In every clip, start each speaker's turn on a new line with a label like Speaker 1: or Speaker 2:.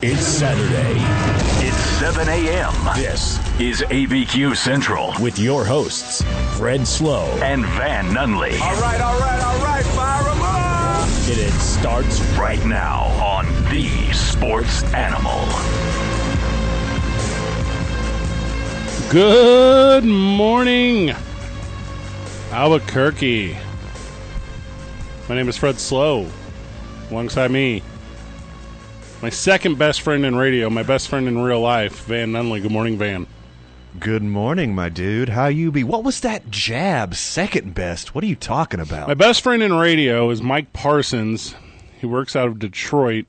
Speaker 1: It's Saturday
Speaker 2: It's 7 a.m.
Speaker 1: This
Speaker 2: is ABQ Central
Speaker 1: with your hosts, Fred Slow,
Speaker 2: and Van Nunley
Speaker 3: All right, all right, all right, fire 'em up!
Speaker 1: and it starts
Speaker 2: right now on The Sports Animal.
Speaker 4: Good morning, Albuquerque. My name is Fred Slow. Alongside me, my second best friend in radio, my best friend in real life, Van Nunley. Good morning, Van.
Speaker 5: Good morning, my dude. How you be? What was that jab? Second best. What are you talking about?
Speaker 4: My best friend in radio is Mike Parsons. He works out of Detroit.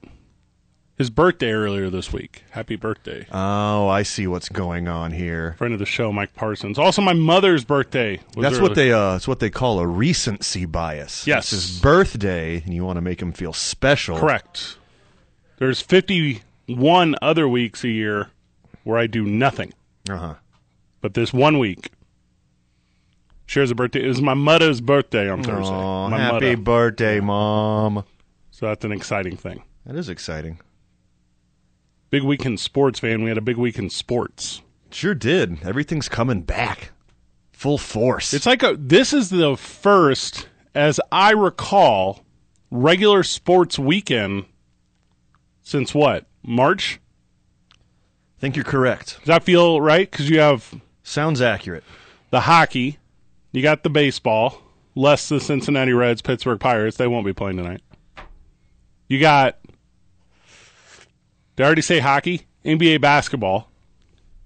Speaker 4: His birthday earlier this week. Happy birthday.
Speaker 5: oh, I see what's going on here.
Speaker 4: Friend of the show, Mike Parsons. Also, my mother's birthday. Was
Speaker 5: That's what
Speaker 4: early-
Speaker 5: they uh, that's what they call a recency bias.
Speaker 4: Yes.
Speaker 5: it's his birthday, and you want to make him feel special.
Speaker 4: Correct. There's 51 other weeks a year where I do nothing,
Speaker 5: Uh huh.
Speaker 4: but this one week shares a birthday. It was my mother's birthday on Thursday.
Speaker 5: Oh,
Speaker 4: my
Speaker 5: happy
Speaker 4: mudda.
Speaker 5: birthday, mom.
Speaker 4: so that's an exciting thing.
Speaker 5: That is exciting.
Speaker 4: Big week in sports, Van. We had a big week in sports.
Speaker 5: Sure did. Everything's coming back, full force.
Speaker 4: It's like a, this is the first, as I recall, regular sports weekend since what March?
Speaker 5: I think you're correct.
Speaker 4: Does that feel right? Because you have
Speaker 5: Sounds accurate.
Speaker 4: the hockey. You got the baseball. Less the Cincinnati Reds, Pittsburgh Pirates. They won't be playing tonight. You got. Did I already say hockey? NBA basketball.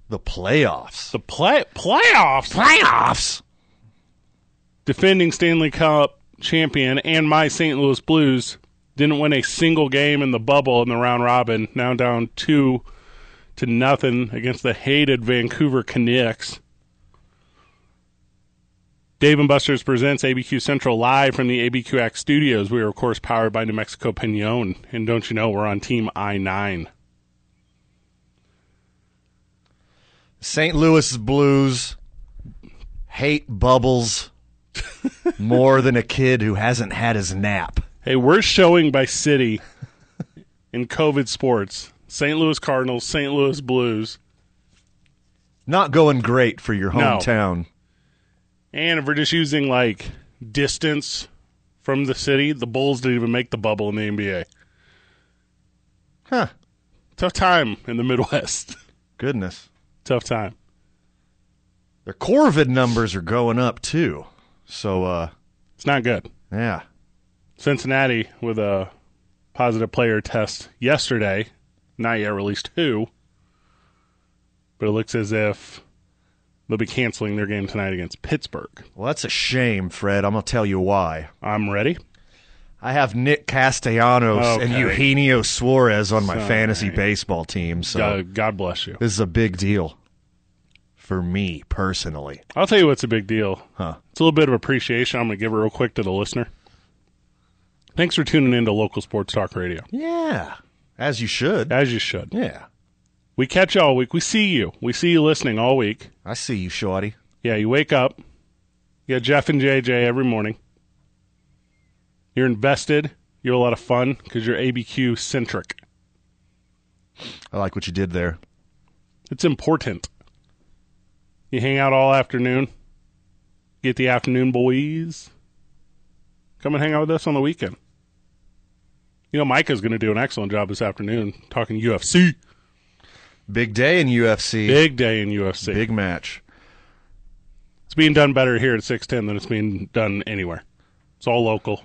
Speaker 5: The playoffs.
Speaker 4: The play playoffs.
Speaker 5: playoffs.
Speaker 4: Defending Stanley Cup champion and my St. Louis Blues didn't win a single game in the bubble in the round robin. Now down two to nothing against the hated Vancouver Canucks. Dave and Buster's presents ABQ Central live from the ABQX studios. We are, of course, powered by New Mexico Pinon. And don't you know, we're on Team I 9.
Speaker 5: St. Louis Blues hate bubbles more than a kid who hasn't had his nap.
Speaker 4: Hey, we're showing by city in COVID sports St. Louis Cardinals, St. Louis Blues,
Speaker 5: Not going great for your
Speaker 4: No.
Speaker 5: hometown.
Speaker 4: and if we're just using like distance from the city, the Bulls didn't even make the bubble in the NBA.
Speaker 5: Huh.
Speaker 4: Tough time in the Midwest.
Speaker 5: Goodness.
Speaker 4: Tough time.
Speaker 5: Their Corvid numbers are going up too. So uh
Speaker 4: It's not good.
Speaker 5: yeah.
Speaker 4: Cincinnati with a positive player test yesterday. Not yet released who, but it looks as if they'll be canceling their game tonight against Pittsburgh.
Speaker 5: Well, that's a shame, Fred. I'm going to tell you why.
Speaker 4: I'm ready.
Speaker 5: I have Nick Castellanos and
Speaker 4: Okay.
Speaker 5: Eugenio Suarez on my fantasy baseball team, so
Speaker 4: Uh, God bless you.
Speaker 5: this is a big deal for me personally.
Speaker 4: I'll tell you what's a big deal.
Speaker 5: Huh.
Speaker 4: It's a little bit of appreciation I'm going to give it real quick to the listener. Thanks for tuning in to Local Sports Talk Radio,
Speaker 5: Yeah. As you should.
Speaker 4: as you should.
Speaker 5: Yeah.
Speaker 4: We catch you all week. We see you. We see you listening all week.
Speaker 5: I see you, Shorty.
Speaker 4: Yeah, you wake up. You got Jeff and JJ every morning. You're invested. You're a lot of fun because you're ABQ centric.
Speaker 5: I like what you did there.
Speaker 4: It's important. You hang out all afternoon. Get the afternoon boys. Come and hang out with us on the weekend. You know, Micah's going to do an excellent job this afternoon talking UFC.
Speaker 5: Big day in UFC.
Speaker 4: Big day in UFC.
Speaker 5: Big match.
Speaker 4: It's being done better here at 610 than it's being done anywhere. It's all local.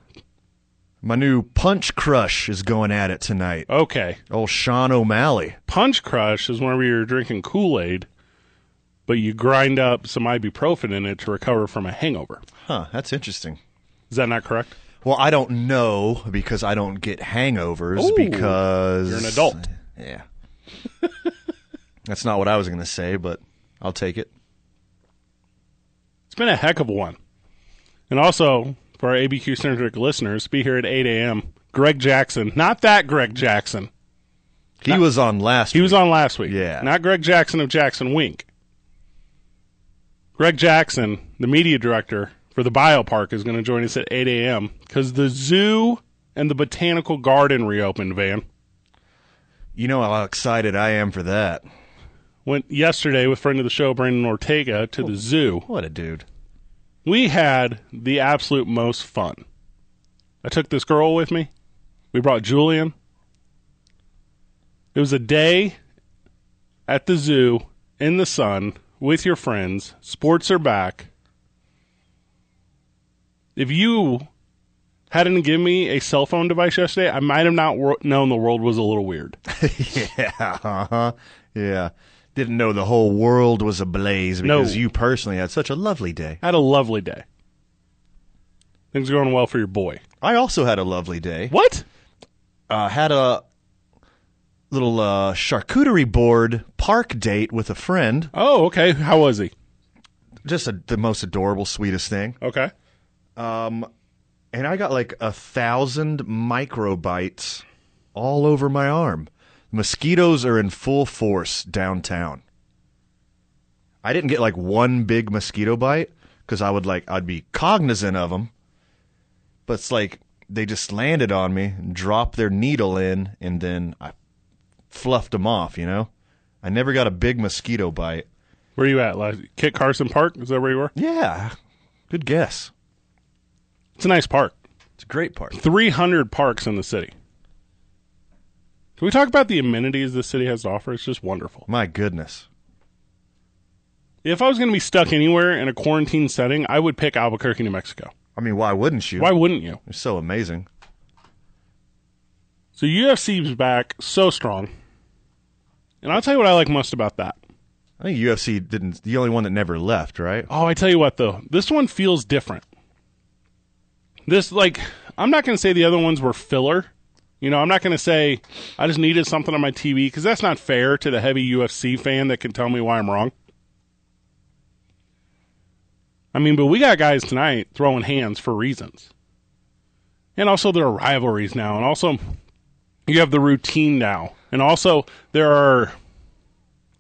Speaker 5: My new Punch Crush is going at it tonight.
Speaker 4: Okay.
Speaker 5: Oh, Sean O'Malley.
Speaker 4: Punch Crush is whenever you're drinking Kool Aid, but you grind up some ibuprofen in it to recover from a hangover.
Speaker 5: Huh, that's interesting.
Speaker 4: Is that not correct?
Speaker 5: Well, I don't know because I don't get hangovers
Speaker 4: Ooh,
Speaker 5: because
Speaker 4: you're an adult.
Speaker 5: Yeah. that's not what I was going to say, but I'll take it.
Speaker 4: It's been a heck of a one. And also, for our ABQ centric listeners, be here at 8 a.m. Greg Jackson, not that Greg Jackson.
Speaker 5: He was on last.
Speaker 4: He was on last week.
Speaker 5: Yeah.
Speaker 4: Not Greg Jackson of Jackson Wink. Greg Jackson, the media director for the biopark, is going to join us at 8 a.m. because the zoo and the botanical garden reopened, Van.
Speaker 5: You know how excited I am for that.
Speaker 4: Went yesterday with friend of the show Brandon Ortega to the zoo.
Speaker 5: What a dude.
Speaker 4: we had the absolute most fun. I took this girl with me. We brought Julian. It was a day at the zoo in the sun with your friends. Sports are back. If you hadn't given me a cell phone device yesterday, I might have not wor- known the world was a little weird.
Speaker 5: Yeah, uh-huh. Yeah. Didn't know the whole world was ablaze
Speaker 4: No.
Speaker 5: because you personally had such a lovely day.
Speaker 4: I had a lovely day. Things are going well for your boy.
Speaker 5: I also had a lovely day.
Speaker 4: What?
Speaker 5: Uh, had a little uh, charcuterie board park date with a friend.
Speaker 4: Oh, okay. How was he?
Speaker 5: Just a, the most adorable, sweetest thing.
Speaker 4: Okay.
Speaker 5: And I got like a thousand microbites all over my arm. Mosquitoes are in full force downtown. I didn't get like one big mosquito bite because I would like, I'd be cognizant of them. But it's like they just landed on me and dropped their needle in, and then I fluffed them off, you know? I never got a big mosquito bite.
Speaker 4: Where you at? Like Kit Carson Park? Is that where you were?
Speaker 5: Yeah. Good guess.
Speaker 4: It's a nice park.
Speaker 5: It's a great part.
Speaker 4: 300 parks in the city. Can we talk about the amenities the city has to offer? It's just wonderful.
Speaker 5: My goodness.
Speaker 4: If I was going to be stuck anywhere in a quarantine setting, I would pick Albuquerque, New Mexico.
Speaker 5: I mean, why wouldn't you?
Speaker 4: Why wouldn't you?
Speaker 5: It's so amazing.
Speaker 4: So UFC's back so strong. And I'll tell you what I like most about that.
Speaker 5: I think UFC didn't the only one that never left, right?
Speaker 4: Oh, I tell you what though, this one feels different. This like I'm not going to say the other ones were filler. You know, I'm not going to say I just needed something on my TV because that's not fair to the heavy UFC fan that can tell me why I'm wrong. I mean, but we got guys tonight throwing hands for reasons. And also there are rivalries now and also you have the routine now. And also there are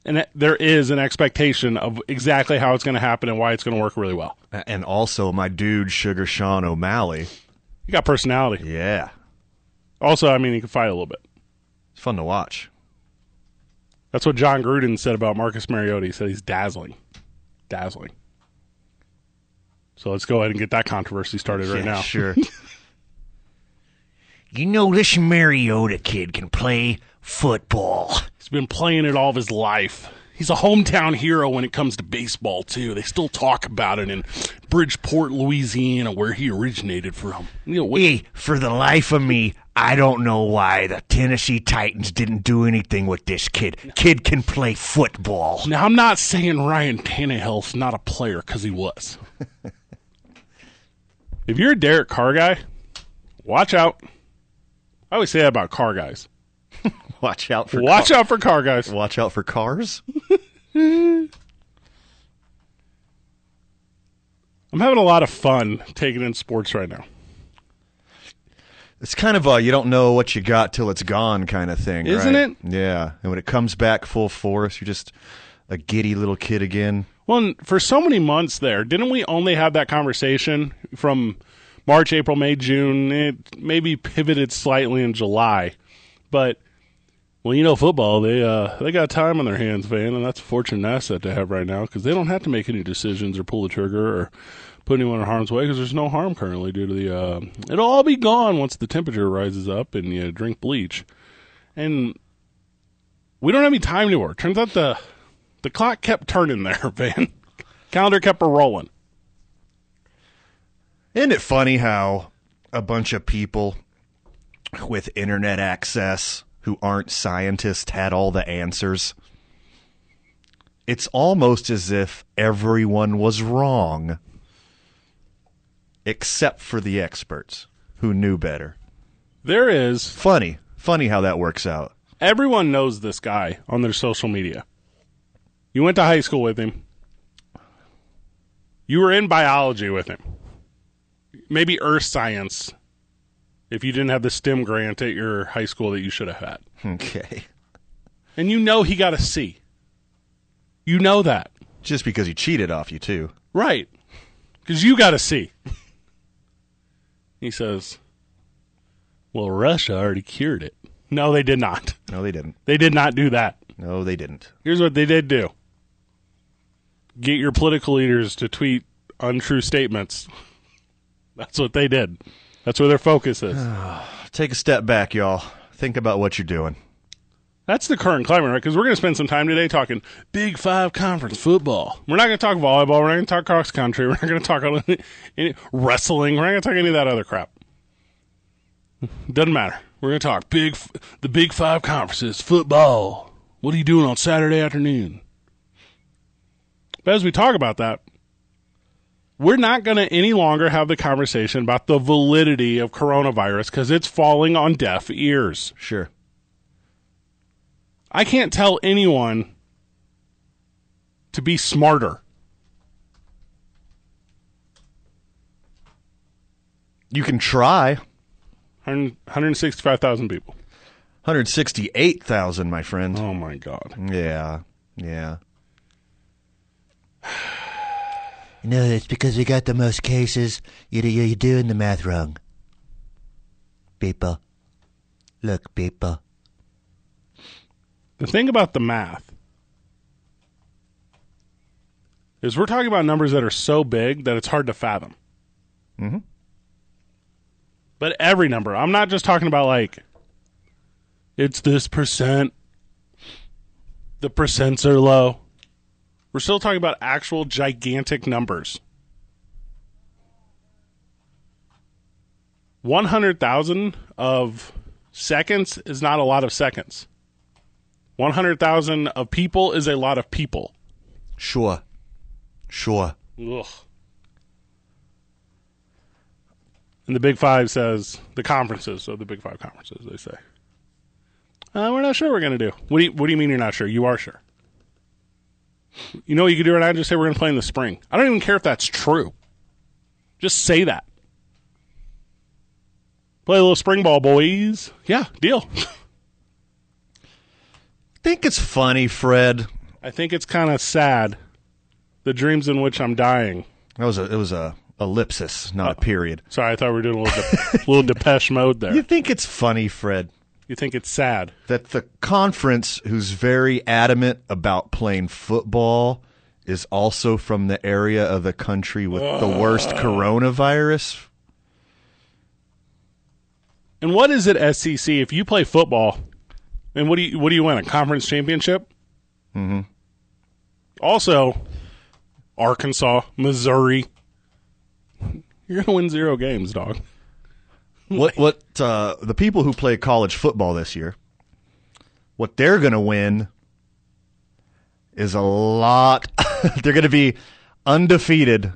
Speaker 4: and there is an expectation of exactly how it's going to happen and why it's going to work really well.
Speaker 5: And also my dude Sugar Sean O'Malley.
Speaker 4: You got personality.
Speaker 5: Yeah.
Speaker 4: Also, I mean, he can fight a little bit.
Speaker 5: It's fun to watch.
Speaker 4: That's what John Gruden said about Marcus Mariota. He said he's dazzling, dazzling. So let's go ahead and get that controversy started right
Speaker 5: Yeah,
Speaker 4: now.
Speaker 5: Sure.
Speaker 6: You know, this Mariota kid can play football.
Speaker 4: He's been playing it all of his life. He's a hometown hero when it comes to baseball too. They still talk about it in Bridgeport, Louisiana, where he originated from. You know, what-
Speaker 6: Hey, for the life of me, I don't know why the Tennessee Titans didn't do anything with this kid. Kid can play football.
Speaker 4: Now, I'm not saying Ryan Tannehill's not a player because he was. if you're a Derek Carr guy, watch out. I always say that about car guys.
Speaker 5: watch out for
Speaker 4: Watch out for car guys.
Speaker 5: watch out for cars.
Speaker 4: I'm having a lot of fun taking in sports right now.
Speaker 5: It's kind of a you don't know what you got till it's gone kind of thing,
Speaker 4: Isn't
Speaker 5: right?
Speaker 4: it?
Speaker 5: Yeah. And when it comes back full force, you're just a giddy little kid again.
Speaker 4: Well, and for so many months there, didn't we only have that conversation from March, April, May, June? It maybe pivoted slightly in July, but well, you know, football they uh, they got time on their hands, Van, and that's a fortunate asset to have right now because they don't have to make any decisions or pull the trigger or put anyone in harm's way because there's no harm currently due to the. Uh, it'll all be gone once the temperature rises up and you drink bleach, and we don't have any time anymore. Turns out the the clock kept turning there, Van. Calendar kept a rolling.
Speaker 5: Isn't it funny how a bunch of people with internet access who aren't scientists had all the answers? It's almost as if everyone was wrong, except for the experts who knew better.
Speaker 4: There is
Speaker 5: Funny. Funny how that works out.
Speaker 4: everyone knows this guy on their social media. You went to high school with him. You were in biology with him. Maybe earth science if you didn't have the STEM grant at your high school that you should have had.
Speaker 5: Okay.
Speaker 4: And you know he got a C. You know that.
Speaker 5: Just because he cheated off you, too.
Speaker 4: Right. Because you got to see. he says, Well, Russia already cured it. No, they did not.
Speaker 5: No, they didn't.
Speaker 4: They did not do that.
Speaker 5: No, they didn't.
Speaker 4: Here's what they did do get your political leaders to tweet untrue statements. That's what they did. That's where their focus is.
Speaker 5: Take a step back, y'all. Think about what you're doing.
Speaker 4: That's the current climate, right? Because we're going to spend some time today talking Big Five conference football. We're not going to talk volleyball. We're not going to talk cross country. We're not going to talk any, any, wrestling. We're not going to talk any of that other crap. Doesn't matter. We're going to talk big, F- the Big Five conferences, football. What are you doing on Saturday afternoon? But as we talk about that, we're not going to any longer have the conversation about the validity of coronavirus because it's falling on deaf ears.
Speaker 5: Sure.
Speaker 4: I can't tell anyone to be smarter.
Speaker 5: You can try.
Speaker 4: 100 165,000 people.
Speaker 5: 168,000, my friend.
Speaker 4: Oh my God.
Speaker 5: Yeah. Yeah.
Speaker 7: No, it's because we got the most cases. You, you, you're doing the math wrong. People. Look, people.
Speaker 4: The thing about the math is we're talking about numbers that are so big that it's hard to fathom. Mm-hmm. But every number. I'm not just talking about like, it's this percent. The percents are low. We're still talking about actual gigantic numbers. 100,000 of seconds is not a lot of seconds. 100,000 of people is a lot of people.
Speaker 5: Sure. Sure.
Speaker 4: Ugh. And the Big Five says the conferences. So the Big Five conferences, they say, uh, we're not sure we're going to do. What do you What do you mean you're not sure? You are sure. You know what you could do right now? Just say we're going to play in the spring. I don't even care if that's true. Just say that. Play a little spring ball, boys. Yeah, deal.
Speaker 5: Think it's funny, Fred.
Speaker 4: I think it's kind of sad. The dreams in which I'm dying.
Speaker 5: That was a it was a ellipsis, not
Speaker 7: Uh,
Speaker 5: a period.
Speaker 4: Sorry, I thought we were doing a little de- little Depeche Mode
Speaker 5: You
Speaker 4: there.
Speaker 5: think it's funny, Fred,
Speaker 4: You think it's sad?
Speaker 5: that the conference who's very adamant about playing football is also from the area of the country with the worst coronavirus?
Speaker 4: And what is it, SEC? If you play football, and what do you what do you win? A conference championship. Mm-hmm. Also, Arkansas, Missouri. You're gonna win zero games, dog.
Speaker 5: what what uh, the people who play college football this year, what they're going to win is a lot. they're going to be undefeated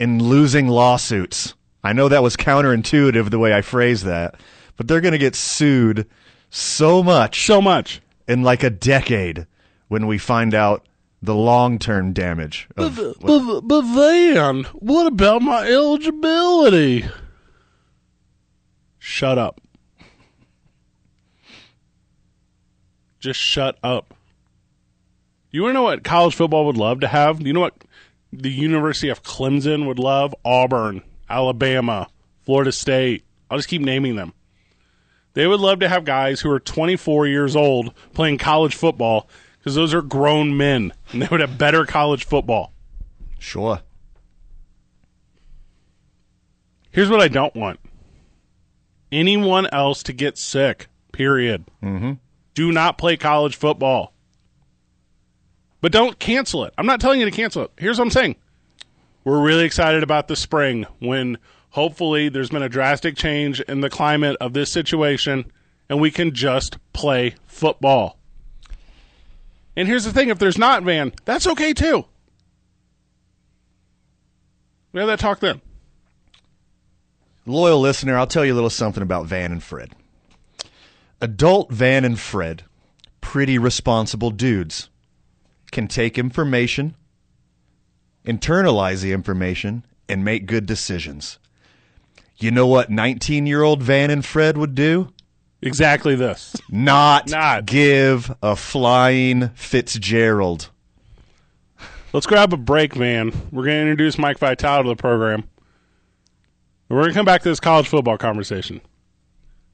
Speaker 5: in losing lawsuits. I know that was counterintuitive the way I phrased that, but they're going to get sued so much
Speaker 4: So much.
Speaker 5: in like a decade when we find out the long-term damage of
Speaker 4: But, but then, what about my eligibility? Shut up. Just shut up. You want to know what college football would love to have? You know what the University of Clemson would love? Auburn, Alabama, Florida State. I'll just keep naming them. They would love to have guys who are 24 years old playing college football because those are grown men and they would have better college football.
Speaker 5: sure.
Speaker 4: Here's what I don't want anyone else to get sick, period. Mm-hmm. Do not play college football. But don't cancel it. I'm not telling you to cancel it. Here's what I'm saying we're really excited about the spring when hopefully there's been a drastic change in the climate of this situation and we can just play football. And here's the thing if there's not, Van, that's okay too. We have that talk then.
Speaker 5: loyal listener, I'll tell you a little something about Van and Fred. Adult Van and Fred, pretty responsible dudes, can take information, internalize the information, and make good decisions. You know what 19 year old Van and Fred would do?
Speaker 4: Exactly this.
Speaker 5: Not,
Speaker 4: Not.
Speaker 5: give a flying Fitzgerald.
Speaker 4: Let's grab a break, man. We're going to introduce Mike Vitale to the program. We're going to come back to this college football conversation.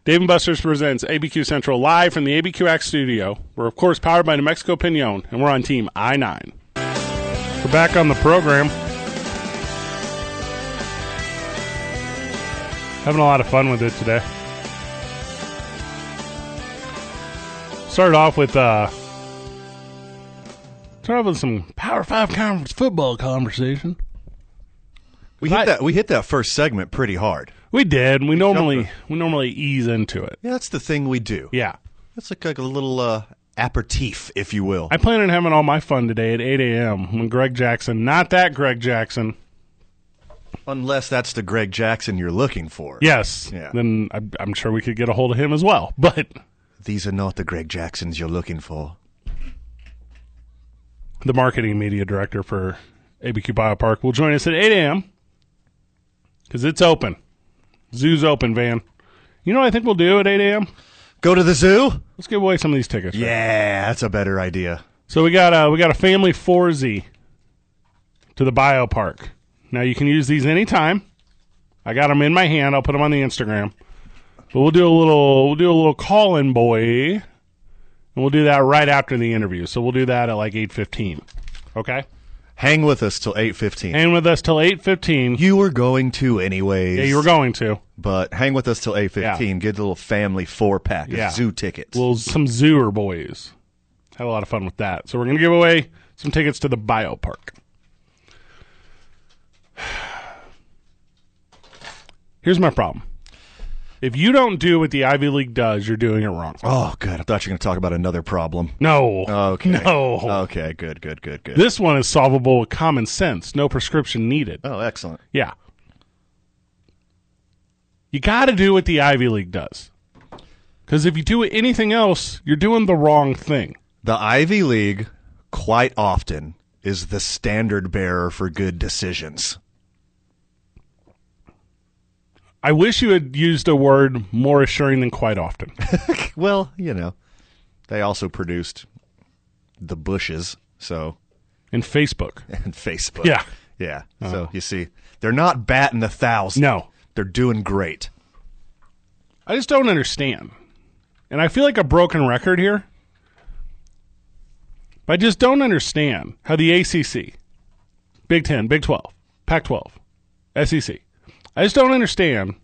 Speaker 4: Dave and Buster's presents ABQ Central live from the ABQX studio. We're, of course, powered by New Mexico Pinon, and we're on Team I 9. We're back on the program. Having a lot of fun with it today. Started off with uh started off with some Power Five Conference football conversation.
Speaker 5: We hit
Speaker 4: I-
Speaker 5: that. We hit that first segment pretty hard.
Speaker 4: We did. We normally we normally ease into it.
Speaker 5: Yeah, that's the thing we do.
Speaker 4: Yeah.
Speaker 5: That's like, like a little uh, aperitif, if you will.
Speaker 4: I plan on having all my fun today at 8 a.m. when Greg Jackson, not that Greg Jackson,
Speaker 5: Unless that's the Greg Jackson you're looking for.
Speaker 4: yes,
Speaker 5: Yeah.
Speaker 4: then I'm, I'm sure we could get a hold of him as well. But
Speaker 5: These are not the Greg Jacksons you're looking for.
Speaker 4: the marketing media director for ABQ Biopark will join us at 8 a.m. because it's open. Zoo's open, Van. You know what I think we'll do at 8 a.m.?
Speaker 5: Go to the zoo?
Speaker 4: Let's give away some of these tickets.
Speaker 5: Yeah, that's a better idea.
Speaker 4: So we got uh, we got a family 4Z to the biopark. Now you can use these anytime. I got them in my hand. I'll put them on the Instagram. But we'll do a little we'll do a little call in boy, and we'll do that right after the interview. So we'll do that at like eight fifteen. Okay,
Speaker 5: Hang with us till 8.15.
Speaker 4: hang with us till eight fifteen.
Speaker 5: you were going to anyways.
Speaker 4: Yeah, you were going to.
Speaker 5: But hang with us till 8.15. Get the little family four-pack of
Speaker 4: Yeah.
Speaker 5: zoo tickets.
Speaker 4: Well, some zooer boys. Had a lot of fun with that. So we're going to give away some tickets to the biopark. Here's my problem. If you don't do what the Ivy League does, you're doing it wrong.
Speaker 5: oh, good. I thought you were going to talk about another problem.
Speaker 4: No.
Speaker 5: Okay.
Speaker 4: No.
Speaker 5: Okay, good, good, good, good.
Speaker 4: This one is solvable with common sense. No prescription needed.
Speaker 5: oh, excellent.
Speaker 4: Yeah. You got to do what the Ivy League does. Because if you do anything else, you're doing the wrong thing.
Speaker 5: The Ivy League, quite often, is the standard bearer for good decisions.
Speaker 4: I wish you had used a word more assuring than quite often.
Speaker 5: Well, you know, they also produced the Bushes, so
Speaker 4: In Facebook.
Speaker 5: and Facebook.
Speaker 4: Yeah. Uh-huh.
Speaker 5: yeah. So you see, they're not batting a thousand.
Speaker 4: No.
Speaker 5: they're doing great.
Speaker 4: I just don't understand. And I feel like a broken record here. But I just don't understand how the ACC, Big 10, Big 12, Pac 12, SEC, I just don't understand.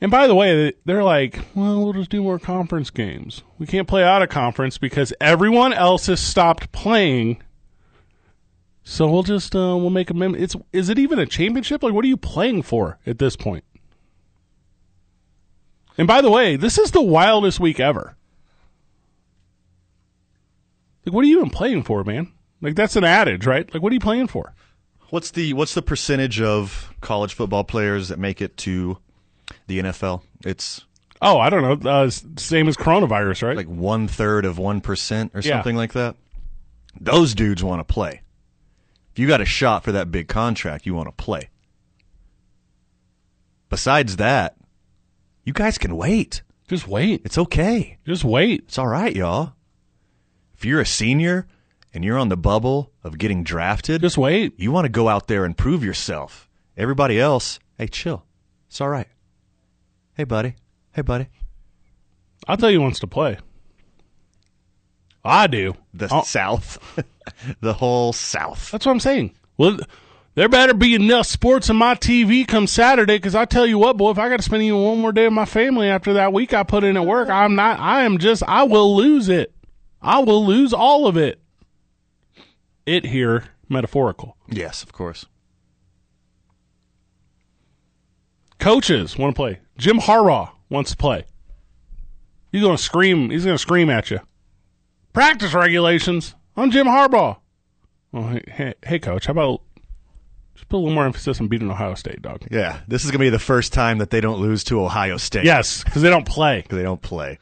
Speaker 4: And by the way, they're like, well, we'll just do more conference games. We can't play out of conference because everyone else has stopped playing. So we'll just uh, we'll make a mem- it's is it even a championship? Like what are you playing for at this point? And by the way, this is the wildest week ever. Like, what are you even playing for, man? Like, that's an adage, right? Like, what are you playing for?
Speaker 5: What's the what's the percentage of college football players that make it to the NFL? It's
Speaker 4: Oh, I don't know. Uh, s- same as coronavirus, right?
Speaker 5: like one third of one percent or
Speaker 4: Yeah.
Speaker 5: something like that. Those dudes want to play. If you got a shot for that big contract, you want to play. Besides that, you guys can wait.
Speaker 4: just wait.
Speaker 5: It's okay.
Speaker 4: Just wait.
Speaker 5: It's all right, y'all. If you're a senior and you're on the bubble of getting drafted,
Speaker 4: Just wait.
Speaker 5: you want to go out there and prove yourself. Everybody else, hey, chill. It's all right. Hey, buddy. Hey, buddy.
Speaker 4: I'll tell you who wants to play. I do.
Speaker 5: The
Speaker 4: Oh.
Speaker 5: South. the whole South.
Speaker 4: That's what I'm saying. Well, there better be enough sports on my TV come Saturday because I tell you what, boy, if I got to spend even one more day with my family after that week I put in at work, I'm not, I am just, I will lose it. I will lose all of it. It here, metaphorical.
Speaker 5: Yes, of course.
Speaker 4: Coaches want to play. Jim Harbaugh wants to play. He's going to scream, he's going to scream at you. Practice regulations. I'm Jim Harbaugh. Well, hey, hey, hey, coach, how about just put a little more emphasis on beating Ohio State, dog?
Speaker 5: Yeah, this is going to be the first time that they don't lose to Ohio State.
Speaker 4: Yes, because they don't play.
Speaker 5: 'Cause They don't play.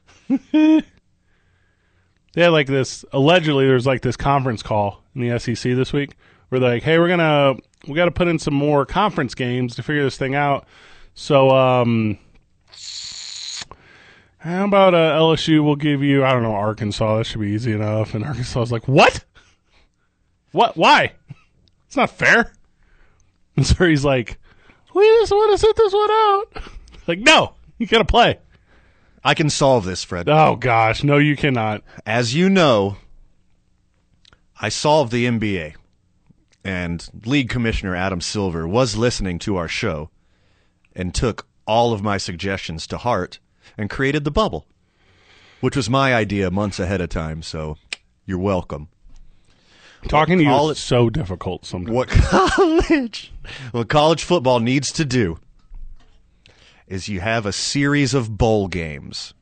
Speaker 4: They had like this. Allegedly, there's like this conference call in the SEC this week where they're like, "Hey, we're gonna we got to put in some more conference games to figure this thing out." So, um, how about uh, LSU? We'll give you I don't know Arkansas. That should be easy enough. And Arkansas was like, "What? What? Why? It's not fair." And so he's like, "We just want to sit this one out." Like, no, You gotta play.
Speaker 5: I can solve this, Fred.
Speaker 4: Oh gosh, no, you cannot.
Speaker 5: As you know, I solved the NBA, and league commissioner Adam Silver was listening to our show and took all of my suggestions to heart and created the bubble, which was my idea months ahead of time, so you're welcome.
Speaker 4: Talking to you
Speaker 5: call
Speaker 4: is
Speaker 5: it-
Speaker 4: so difficult sometimes.
Speaker 5: What college what college football needs to do is you have a series of bowl games.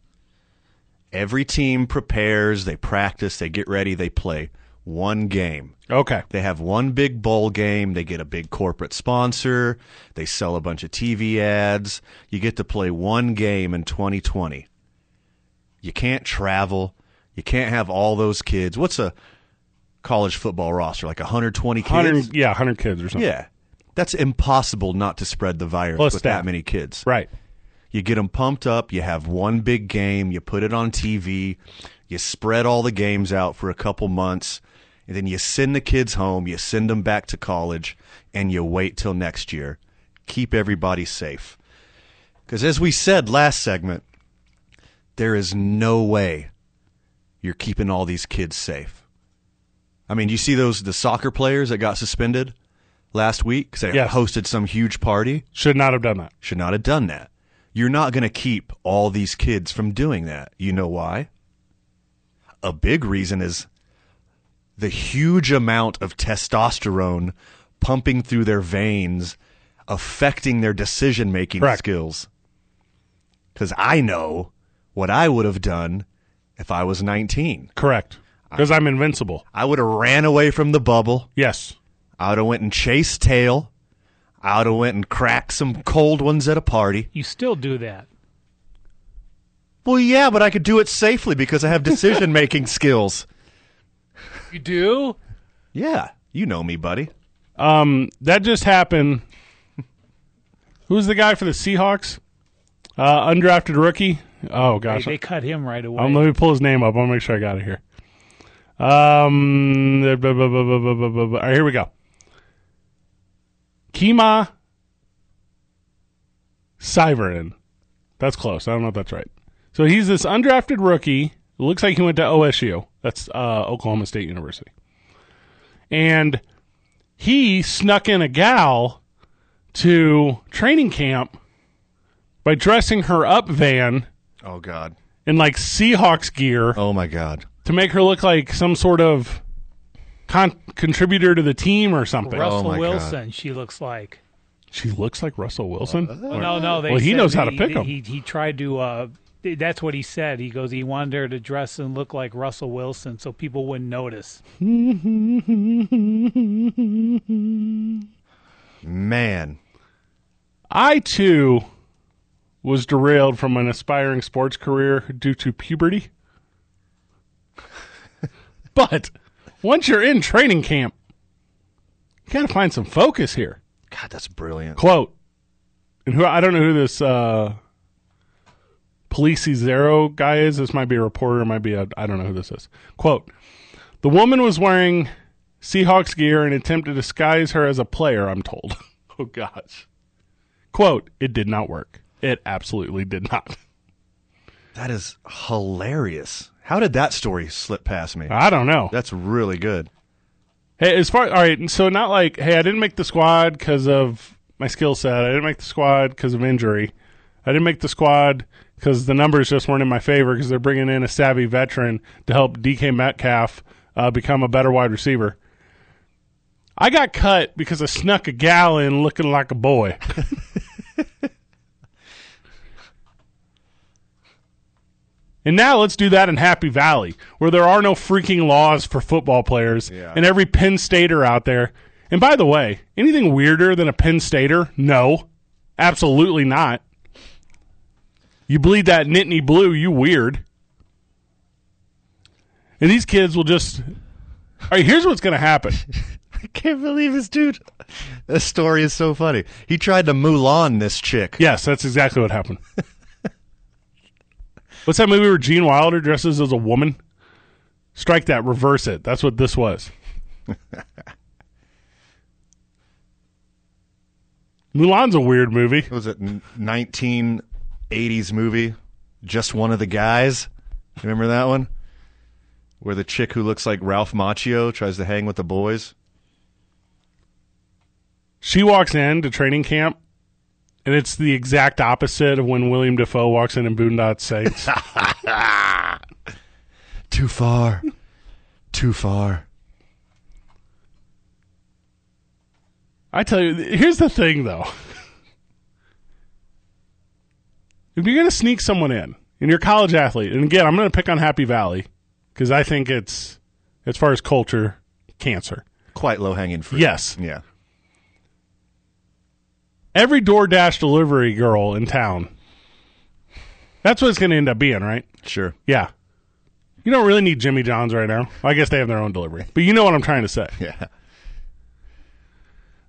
Speaker 5: Every team prepares, they practice, they get ready, they play one game.
Speaker 4: Okay.
Speaker 5: They have one big bowl game. They get a big corporate sponsor. They sell a bunch of TV ads. You get to play one game in 2020. You can't travel. You can't have all those kids. What's a college football roster? Like 120 kids?
Speaker 4: 100, yeah, 100 kids or something.
Speaker 5: Yeah. That's impossible not to spread the virus
Speaker 4: Plus
Speaker 5: with
Speaker 4: that.
Speaker 5: that many kids.
Speaker 4: Right.
Speaker 5: You get them pumped up. You have one big game. You put it on TV. You spread all the games out for a couple months. And then you send the kids home. You send them back to college. And you wait till next year. Keep everybody safe. Because as we said last segment, there is no way you're keeping all these kids safe. I mean, you see those the soccer players that got suspended last week because they
Speaker 4: Yes.
Speaker 5: hosted some huge party
Speaker 4: Should not have done that.
Speaker 5: should not have done that. You're not going to keep all these kids from doing that. You know why? A big reason is the huge amount of testosterone pumping through their veins, affecting their decision making
Speaker 4: Correct.
Speaker 5: skills. Because I know what I would have done if I was 19.
Speaker 4: Correct. Because I'm invincible.
Speaker 5: I would have ran away from the bubble.
Speaker 4: Yes.
Speaker 5: I would have went and chased tail. I would have went and cracked some cold ones at a party.
Speaker 8: You still do that.
Speaker 5: Well, yeah, but I could do it safely because I have decision making skills.
Speaker 8: You do?
Speaker 5: Yeah, you know me, buddy.
Speaker 4: Um, that just happened. Who's the guy for the Seahawks? Uh, undrafted rookie. Oh
Speaker 8: They,
Speaker 4: gosh,
Speaker 8: they cut him right away.
Speaker 4: um, let me pull his name up. I want to make sure I got it here. Um, blah, blah, blah, blah, blah, blah, blah, blah, blah. All right, here we go. Kima Syverin. That's close. I don't know if that's right. So he's this undrafted rookie. Looks like he went to OSU. That's uh, Oklahoma State University. And he snuck in a gal to training camp by dressing her up van
Speaker 5: Oh God.
Speaker 4: in like Seahawks gear
Speaker 5: Oh my God.
Speaker 4: to make her look like some sort of con- contributor to the team or something.
Speaker 8: Russell
Speaker 5: my God.
Speaker 8: Wilson, she looks like.
Speaker 4: She looks like Russell Wilson.
Speaker 8: Well, no, no. They
Speaker 4: Well, he
Speaker 8: said
Speaker 4: knows how
Speaker 8: that
Speaker 4: to pick
Speaker 8: he,
Speaker 4: 'em.
Speaker 8: He, he tried to. Uh, th- that's what he said. He goes. He wanted her to dress and look like Russell Wilson, so people wouldn't notice.
Speaker 5: Man.
Speaker 4: I too was derailed from an aspiring sports career due to puberty. but once you're in training camp, you got to find some focus here.
Speaker 5: God, that's brilliant.
Speaker 4: quote and who i don't know who this uh police zero guy is this might be a reporter it might be a i don't know who this is quote the woman was wearing seahawks gear in an attempt to disguise her as a player i'm told oh gosh quote it did not work it absolutely did not
Speaker 5: That is hilarious. How did that story slip past me?
Speaker 4: i don't know
Speaker 5: That's really good.
Speaker 4: Hey, as far all right, so not like hey, I didn't make the squad because of my skill set. I didn't make the squad because of injury. I didn't make the squad because the numbers just weren't in my favor because they're bringing in a savvy veteran to help DK Metcalf uh, become a better wide receiver. I got cut because I snuck a gal in looking like a boy. And now let's do that in Happy Valley, where there are no freaking laws for football players, and every Penn Stater out there. And by the way, anything weirder than a Penn Stater? No, absolutely not. You bleed that nitty blue, you weird. And these kids will just. All right, here's what's going to happen.
Speaker 5: I can't believe this dude. This story is so funny. He tried to Mulan this chick.
Speaker 4: Yes, that's exactly what happened. What's that movie where Gene Wilder dresses as a woman? Strike that, reverse it. That's what this was. Mulan's a weird movie.
Speaker 5: Was it 1980 '80s movie, just one of the guys. Remember that one, where the chick who looks like Ralph Macchio tries to hang with the boys?
Speaker 4: She walks in to training camp, and it's the exact opposite of when William Defoe walks in in Boondock Saints.
Speaker 5: Too far, too far.
Speaker 4: I tell you, th- here's the thing though. If you're going to sneak someone in, and you're a college athlete, and again, I'm going to pick on Happy Valley because I think it's, as far as culture, cancer.
Speaker 5: Quite low hanging fruit.
Speaker 4: Yes.
Speaker 5: Yeah.
Speaker 4: Every DoorDash delivery girl in town, that's what it's going to end up being, right?
Speaker 5: Sure.
Speaker 4: Yeah. You don't really need Jimmy John's right now. I guess they have their own delivery. But you know what I'm trying to say.
Speaker 5: Yeah.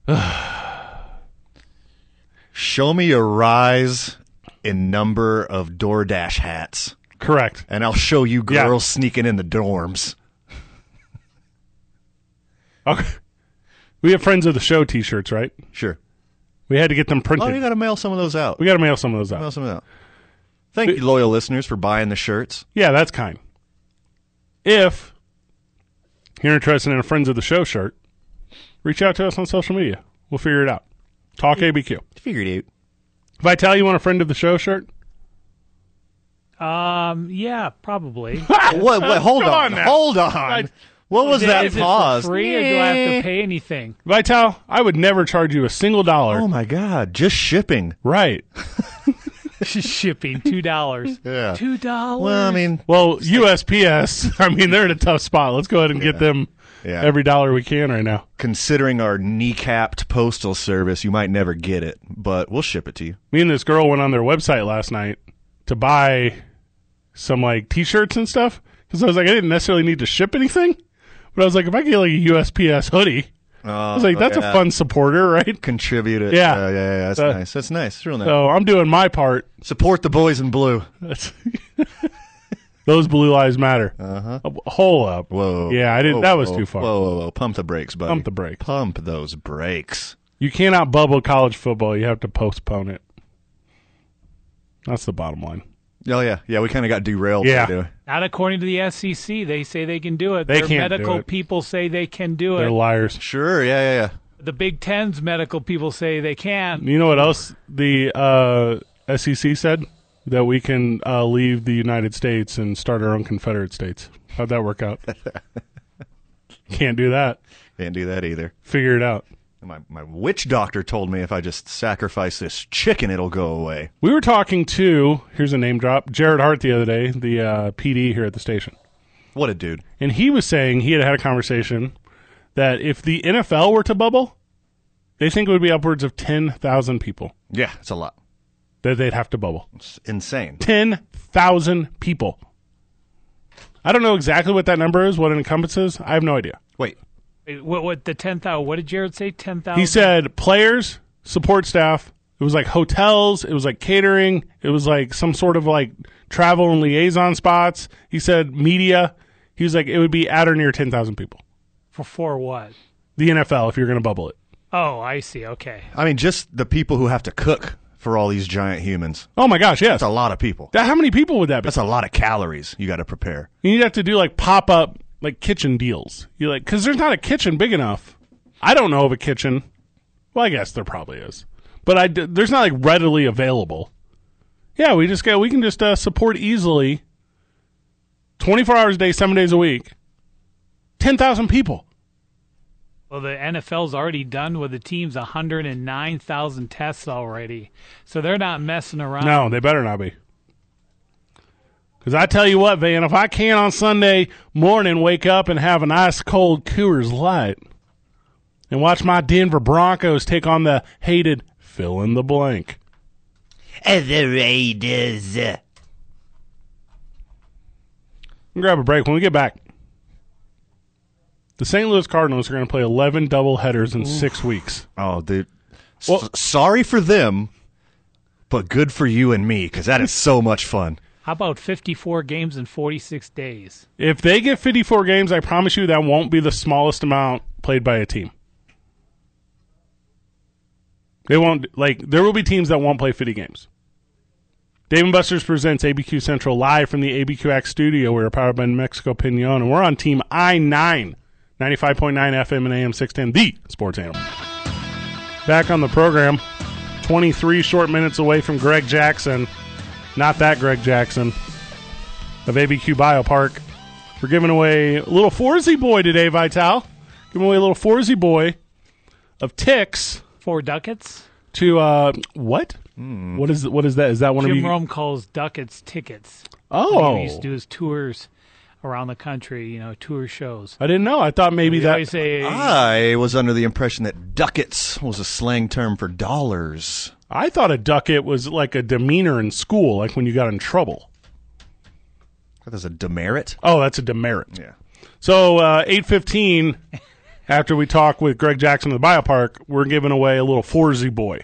Speaker 5: Show me a rise in number of DoorDash hats,
Speaker 4: Correct.
Speaker 5: and I'll show you
Speaker 4: Yeah.
Speaker 5: girls sneaking in the dorms.
Speaker 4: Okay. We have friends of the show t-shirts, right?
Speaker 5: Sure.
Speaker 4: We had to get them
Speaker 5: Oh,
Speaker 4: printed.
Speaker 5: you got to mail some of those out.
Speaker 4: we got to mail some of those out.
Speaker 5: Mail some of those out. Thank you, loyal listeners, for buying the shirts.
Speaker 4: Yeah, that's kind. If you're interested in a Friends of the Show shirt, reach out to us on social media. We'll figure it out. Talk ABQ.
Speaker 5: Figured it out.
Speaker 4: If I tell you want a Friend of the Show shirt,
Speaker 8: Um, yeah, probably.
Speaker 5: What? Wait, Ah, hold
Speaker 4: Come on
Speaker 5: on.
Speaker 4: now.
Speaker 5: hold on.
Speaker 4: I-
Speaker 5: what was
Speaker 8: Is it-
Speaker 5: that
Speaker 8: is it for
Speaker 5: pause?
Speaker 8: free, or do I have to pay anything?
Speaker 4: if I tell, I would never charge you a single dollar.
Speaker 5: Oh my God! Just shipping.
Speaker 4: Right.
Speaker 8: Shipping two dollars.
Speaker 5: Yeah.
Speaker 8: Two dollars.
Speaker 5: Well, I mean,
Speaker 4: Well, USPS, I mean, they're in a tough spot. Let's go ahead and get them
Speaker 5: yeah.
Speaker 4: every dollar we can right now.
Speaker 5: considering our kneecapped postal service, you might never get it, but we'll ship it to you.
Speaker 4: me and this girl went on their website last night to buy some like t-shirts and stuff because I was like I didn't necessarily need to ship anything, but I was like if I get like a USPS hoodie, I
Speaker 5: Oh,
Speaker 4: was like that's a fun supporter, right?
Speaker 5: contribute it.
Speaker 4: Yeah.
Speaker 5: yeah, yeah. yeah. That's
Speaker 4: Uh,
Speaker 5: nice. That's nice. It's real nice.
Speaker 4: So I'm doing my part.
Speaker 5: Support the boys in blue.
Speaker 4: Those blue lives matter. Uh-huh. Hold up.
Speaker 5: Whoa.
Speaker 4: Yeah, I didn't.
Speaker 5: Whoa,
Speaker 4: that was
Speaker 5: whoa,
Speaker 4: too far.
Speaker 5: Whoa, whoa, whoa! Pump the brakes, buddy.
Speaker 4: Pump the brakes.
Speaker 5: Pump those brakes.
Speaker 4: You cannot bubble college football. You have to postpone it. That's the bottom line.
Speaker 5: Oh yeah, yeah. We kind of got derailed.
Speaker 4: Yeah.
Speaker 5: there, didn't
Speaker 8: Not according to the SEC. They say they can do it.
Speaker 4: They
Speaker 8: Their
Speaker 4: can't do
Speaker 8: medical
Speaker 4: it.
Speaker 8: people say they can do
Speaker 4: They're
Speaker 8: it.
Speaker 4: liars.
Speaker 5: we? Sure. Yeah, yeah, yeah.
Speaker 8: the Big Ten's medical people say they can.
Speaker 4: You know what else the uh, SEC said? That we can uh, leave the United States and start our own Confederate states. How'd that work out? Can't do that.
Speaker 5: Can't do that either.
Speaker 4: Figure it out.
Speaker 5: My my witch doctor told me if I just sacrifice this chicken, it'll go away.
Speaker 4: We were talking to, here's a name drop, Jared Hart the other day, the uh, PD here at the station.
Speaker 5: What a dude.
Speaker 4: And he was saying he had had a conversation that if the NFL were to bubble, they think it would be upwards of 10,000 people
Speaker 5: Yeah, it's a lot.
Speaker 4: that they'd have to bubble.
Speaker 5: It's insane.
Speaker 4: 10,000 people. I don't know exactly what that number is, what it encompasses. I have no idea.
Speaker 5: Wait,
Speaker 8: What, what the ten thousand? What did Jared say? Ten thousand.
Speaker 4: He said players, support staff. It was like hotels. It was like catering. It was like some sort of like travel and liaison spots. He said media. He was like, it would be at or near 10,000 people.
Speaker 8: for for what?
Speaker 4: The NFL, if you're going to bubble it.
Speaker 8: Oh, I see. Okay.
Speaker 5: I mean, just the people who have to cook for all these giant humans.
Speaker 4: Oh my gosh, yes.
Speaker 5: That's a lot of people.
Speaker 4: That, how many people would that be?
Speaker 5: That's a lot of calories you got to prepare.
Speaker 4: You'd have to do like pop up, like kitchen deals. You like, because there's not a kitchen big enough. I don't know of a kitchen. Well, I guess there probably is, but I d- there's not like readily available. Yeah, we just got we can just uh, support easily. Twenty four hours a day, seven days a week. Ten thousand people.
Speaker 8: Well, the NFL's already done with the team's hundred and nine thousand tests already, so they're not messing around.
Speaker 4: No, they better not be. Because I tell you what, Van, if I can on Sunday morning wake up and have an ice cold Coors Light and watch my Denver Broncos take on the hated fill in the blank.
Speaker 7: And Uh, the Raiders.
Speaker 4: Grab a break when we get back. The St. Louis Cardinals are going to play 11 double headers in six weeks.
Speaker 5: Oh, dude. S-
Speaker 4: Well-
Speaker 5: sorry for them, but good for you and me because that is so much fun.
Speaker 8: How about fifty-four games in forty-six days?
Speaker 4: If they get 54 games, I promise you that won't be the smallest amount played by a team. They won't like there will be teams that won't play 50 games. Dave and Buster's presents ABQ Central live from the ABQX studio. We're powered by New Mexico Pinon, and we're on Team I 9, 95.9 FM and AM 610, the sports animal. Back on the program, 23 short minutes away from Greg Jackson. Not that Greg Jackson of ABQ Biopark. We're giving away a little Forzy boy today, Vital. Giving away a little Forzy boy of ticks
Speaker 8: Four ducats.
Speaker 4: to uh what? What is what is that? Is that one of
Speaker 8: Hmm. Jim
Speaker 4: you?
Speaker 8: Rome calls ducats tickets. What he used to
Speaker 4: Oh,
Speaker 8: do his tours around the country, you know, tour shows.
Speaker 4: I didn't know. I thought maybe
Speaker 8: They always
Speaker 4: that. Ah,
Speaker 8: say
Speaker 5: I was under the impression that ducats was a slang term for dollars.
Speaker 4: I thought a ducket was like a demeanor in school, like when you got in trouble.
Speaker 5: That's a demerit.
Speaker 4: Oh, that's a demerit.
Speaker 5: Yeah.
Speaker 4: So uh, eight fifteen, after we talk with Greg Jackson of the Biopark, we're giving away a little Forzy boy.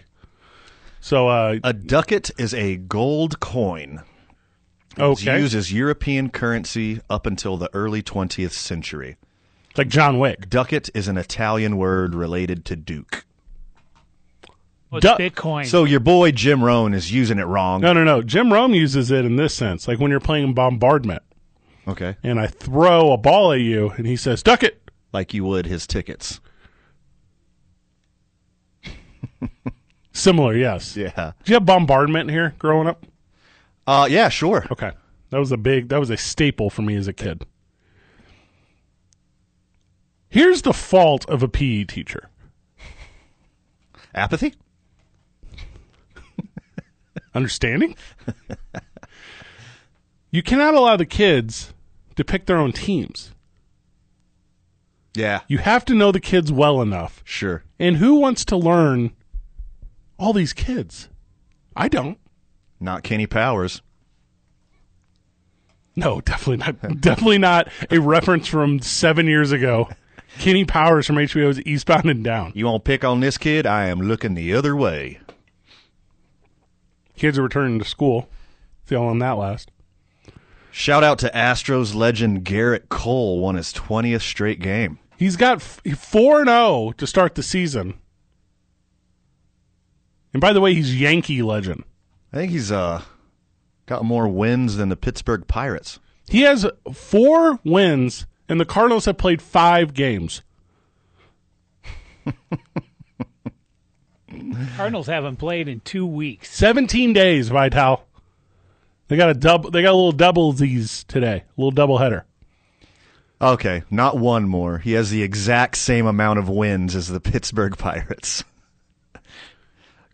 Speaker 4: So uh,
Speaker 5: A ducat is a gold coin. It was
Speaker 4: okay,
Speaker 5: used as European currency up until the early 20th century.
Speaker 4: like John Wick.
Speaker 5: Ducat is an Italian word related to duke.
Speaker 8: oh,
Speaker 4: duck.
Speaker 8: it's Bitcoin.
Speaker 5: So your boy Jim Rohn is using it wrong.
Speaker 4: No, no, no. Jim Rome uses it in this sense, like when you're playing bombardment,
Speaker 5: Okay.
Speaker 4: and I throw a ball at you, and he says ducket.
Speaker 5: Like you would his tickets.
Speaker 4: Similar, yes.
Speaker 5: Yeah.
Speaker 4: Did you have bombardment here growing up?
Speaker 5: Uh, yeah, sure.
Speaker 4: Okay. That was a big that was a staple for me as a kid. Here's the fault of a PE teacher.
Speaker 5: Apathy?
Speaker 4: Understanding? you cannot allow the kids to pick their own teams.
Speaker 5: Yeah.
Speaker 4: You have to know the kids well enough.
Speaker 5: Sure.
Speaker 4: And who wants to learn all these kids? I don't.
Speaker 5: Not Kenny Powers.
Speaker 4: No, definitely not. definitely not a reference from seven years ago. Kenny Powers from HBO's Eastbound and Down.
Speaker 5: You won't pick on this kid? I am looking the other way.
Speaker 4: Kids are returning to school. See how long that lasts.
Speaker 5: Shout out to Astros legend Garrett Cole won his 20th straight game.
Speaker 4: He's got four and zero to start the season. And by the way, he's Yankee legend.
Speaker 5: I think he's uh got more wins than the Pittsburgh Pirates.
Speaker 4: He has four wins, and the Cardinals have played five games.
Speaker 8: Cardinals haven't played in two weeks.
Speaker 4: Seventeen days, Vital. They got a double. They got a little double these today. A little double header.
Speaker 5: Okay, not one more. He has the exact same amount of wins as the Pittsburgh Pirates.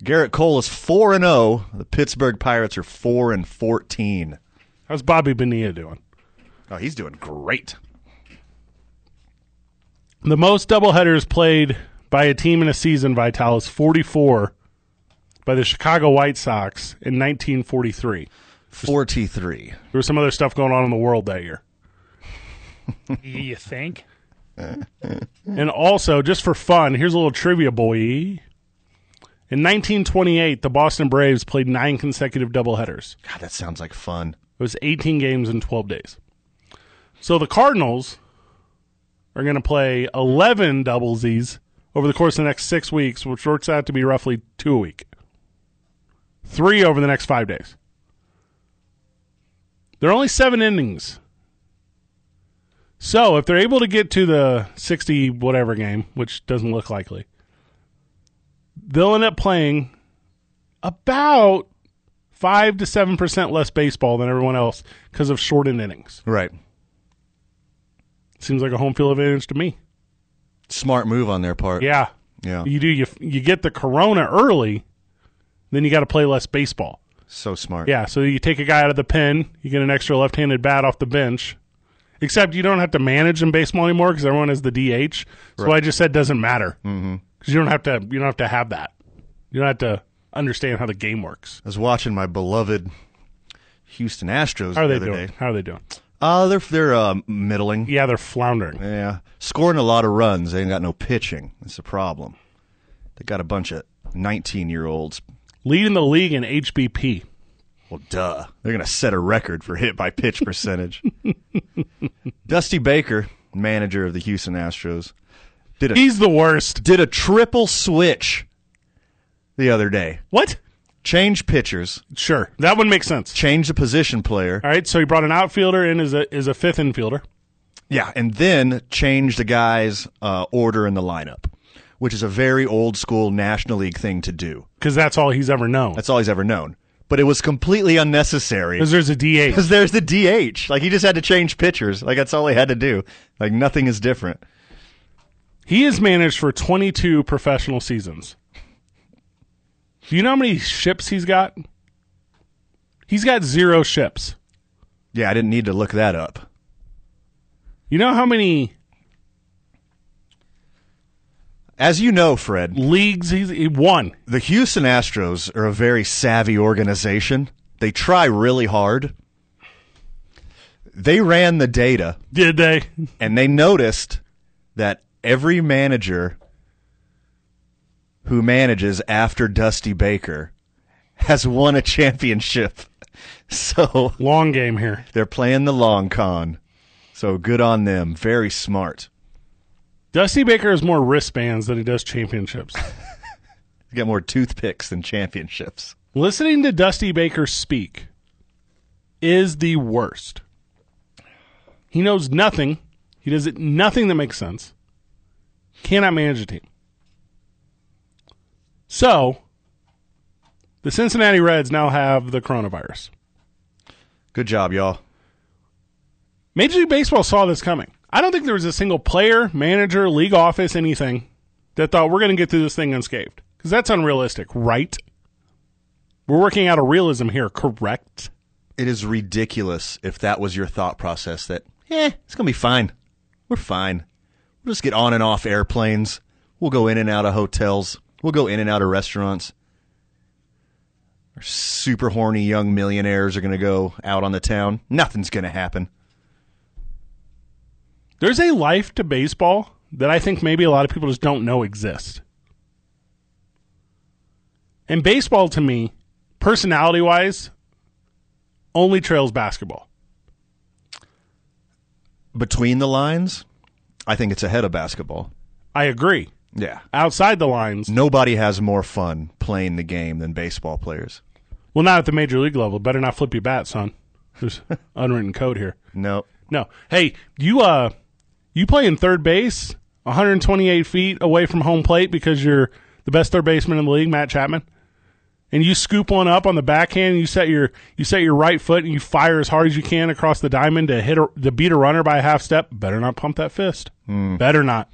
Speaker 5: Garrett Cole is 4 and 0. The Pittsburgh Pirates are 4 and 14.
Speaker 4: How's Bobby Bonilla doing?
Speaker 5: Oh, he's doing great.
Speaker 4: The most doubleheaders played by a team in a season, Vital, is 44 by the Chicago White Sox in 1943.
Speaker 5: 43.
Speaker 4: There was some other stuff going on in the world that year.
Speaker 8: you think?
Speaker 4: And also, just for fun, here's a little trivia, boy. In 1928, the Boston Braves played nine consecutive doubleheaders.
Speaker 5: God, that sounds like fun.
Speaker 4: It was 18 games in 12 days. So the Cardinals are going to play 11 doublesies over the course of the next six weeks, which works out to be roughly two a week. Three over the next five days. There are only seven innings. So if they're able to get to the 60 whatever game, which doesn't look likely, they'll end up playing about five to seven percent less baseball than everyone else because of shortened innings.
Speaker 5: Right.
Speaker 4: Seems like a home field advantage to me.
Speaker 5: Smart move on their part.
Speaker 4: Yeah,
Speaker 5: Yeah.
Speaker 4: you do. You you get the corona early, then you got to play less baseball.
Speaker 5: So smart.
Speaker 4: Yeah, so you take a guy out of the pen, you get an extra left-handed bat off the bench. Except you don't have to manage in baseball anymore because everyone has the DH. So I just said doesn't matter because
Speaker 5: Mm-hmm.
Speaker 4: you don't have to. You don't have to have that. You don't have to understand how the game works.
Speaker 5: I was watching my beloved Houston Astros
Speaker 4: How are
Speaker 5: the
Speaker 4: they
Speaker 5: other
Speaker 4: doing?
Speaker 5: day.
Speaker 4: How are they doing?
Speaker 5: Uh, they're they're uh, middling.
Speaker 4: Yeah, they're floundering.
Speaker 5: Yeah, scoring a lot of runs. They ain't got no pitching. That's the problem. They got a bunch of 19 year olds.
Speaker 4: Leading the league in HBP.
Speaker 5: Well, duh. They're going to set a record for hit by pitch percentage. Dusty Baker, manager of the Houston Astros, did a
Speaker 4: He's the worst.
Speaker 5: did a triple switch the other day.
Speaker 4: What?
Speaker 5: Change pitchers,
Speaker 4: Sure, that would make sense.
Speaker 5: change the position player.
Speaker 4: All right, so he brought an outfielder in as a is a fifth infielder.
Speaker 5: Yeah, and then change the guy's uh, order in the lineup, which is a very old school National League thing to do.
Speaker 4: because that's all he's ever known.
Speaker 5: That's all he's ever known. But it was completely unnecessary
Speaker 4: Because there's a DH.
Speaker 5: because there's the DH. Like he just had to change pitchers. Like that's all he had to do. Like nothing is different.
Speaker 4: He has managed for 22 professional seasons. Do you know how many ships he's got? He's got zero ships.
Speaker 5: Yeah, I didn't need to look that up.
Speaker 4: You know how many
Speaker 5: As you know, Fred,
Speaker 4: leagues he's he won?
Speaker 5: the Houston Astros are a very savvy organization. They try really hard. They ran the data
Speaker 4: Did they?
Speaker 5: and they noticed that every manager who manages after Dusty Baker has won a championship. So
Speaker 4: Long game here.
Speaker 5: they're playing the long con. So good on them. Very smart.
Speaker 4: Dusty Baker has more wristbands than he does championships.
Speaker 5: They got more toothpicks than championships.
Speaker 4: Listening to Dusty Baker speak is the worst. He knows nothing. He does it nothing that makes sense. Cannot manage a team. So, the Cincinnati Reds now have the coronavirus.
Speaker 5: Good job, y'all.
Speaker 4: Major League Baseball saw this coming. I don't think there was a single player, manager, league office, anything that thought we're going to get through this thing unscathed. Because that's unrealistic, right? We're working out of realism here, correct?
Speaker 5: It is ridiculous if that was your thought process that, eh, it's going to be fine. We're fine. We'll just get on and off airplanes. We'll go in and out of hotels. We'll go in and out of restaurants. Our super horny young millionaires are going to go out on the town. Nothing's going to happen.
Speaker 4: There's a life to baseball that I think maybe a lot of people just don't know exists. And baseball to me, personality wise, only trails basketball.
Speaker 5: Between the lines, I think it's ahead of basketball.
Speaker 4: I agree.
Speaker 5: Yeah.
Speaker 4: Outside the lines,
Speaker 5: Nobody has more fun playing the game than baseball players.
Speaker 4: well, not at the major league level. Better not flip your bat, son. There's unwritten code here.
Speaker 5: Nope.
Speaker 4: No. Hey, you uh you play in third base 128 feet away from home plate because you're the best third baseman in the league, Matt Chapman. And you scoop one up on the backhand, and you set your you set your right foot and you fire as hard as you can across the diamond to hit a, to beat a runner by a half step. Better not pump that fist. Better not.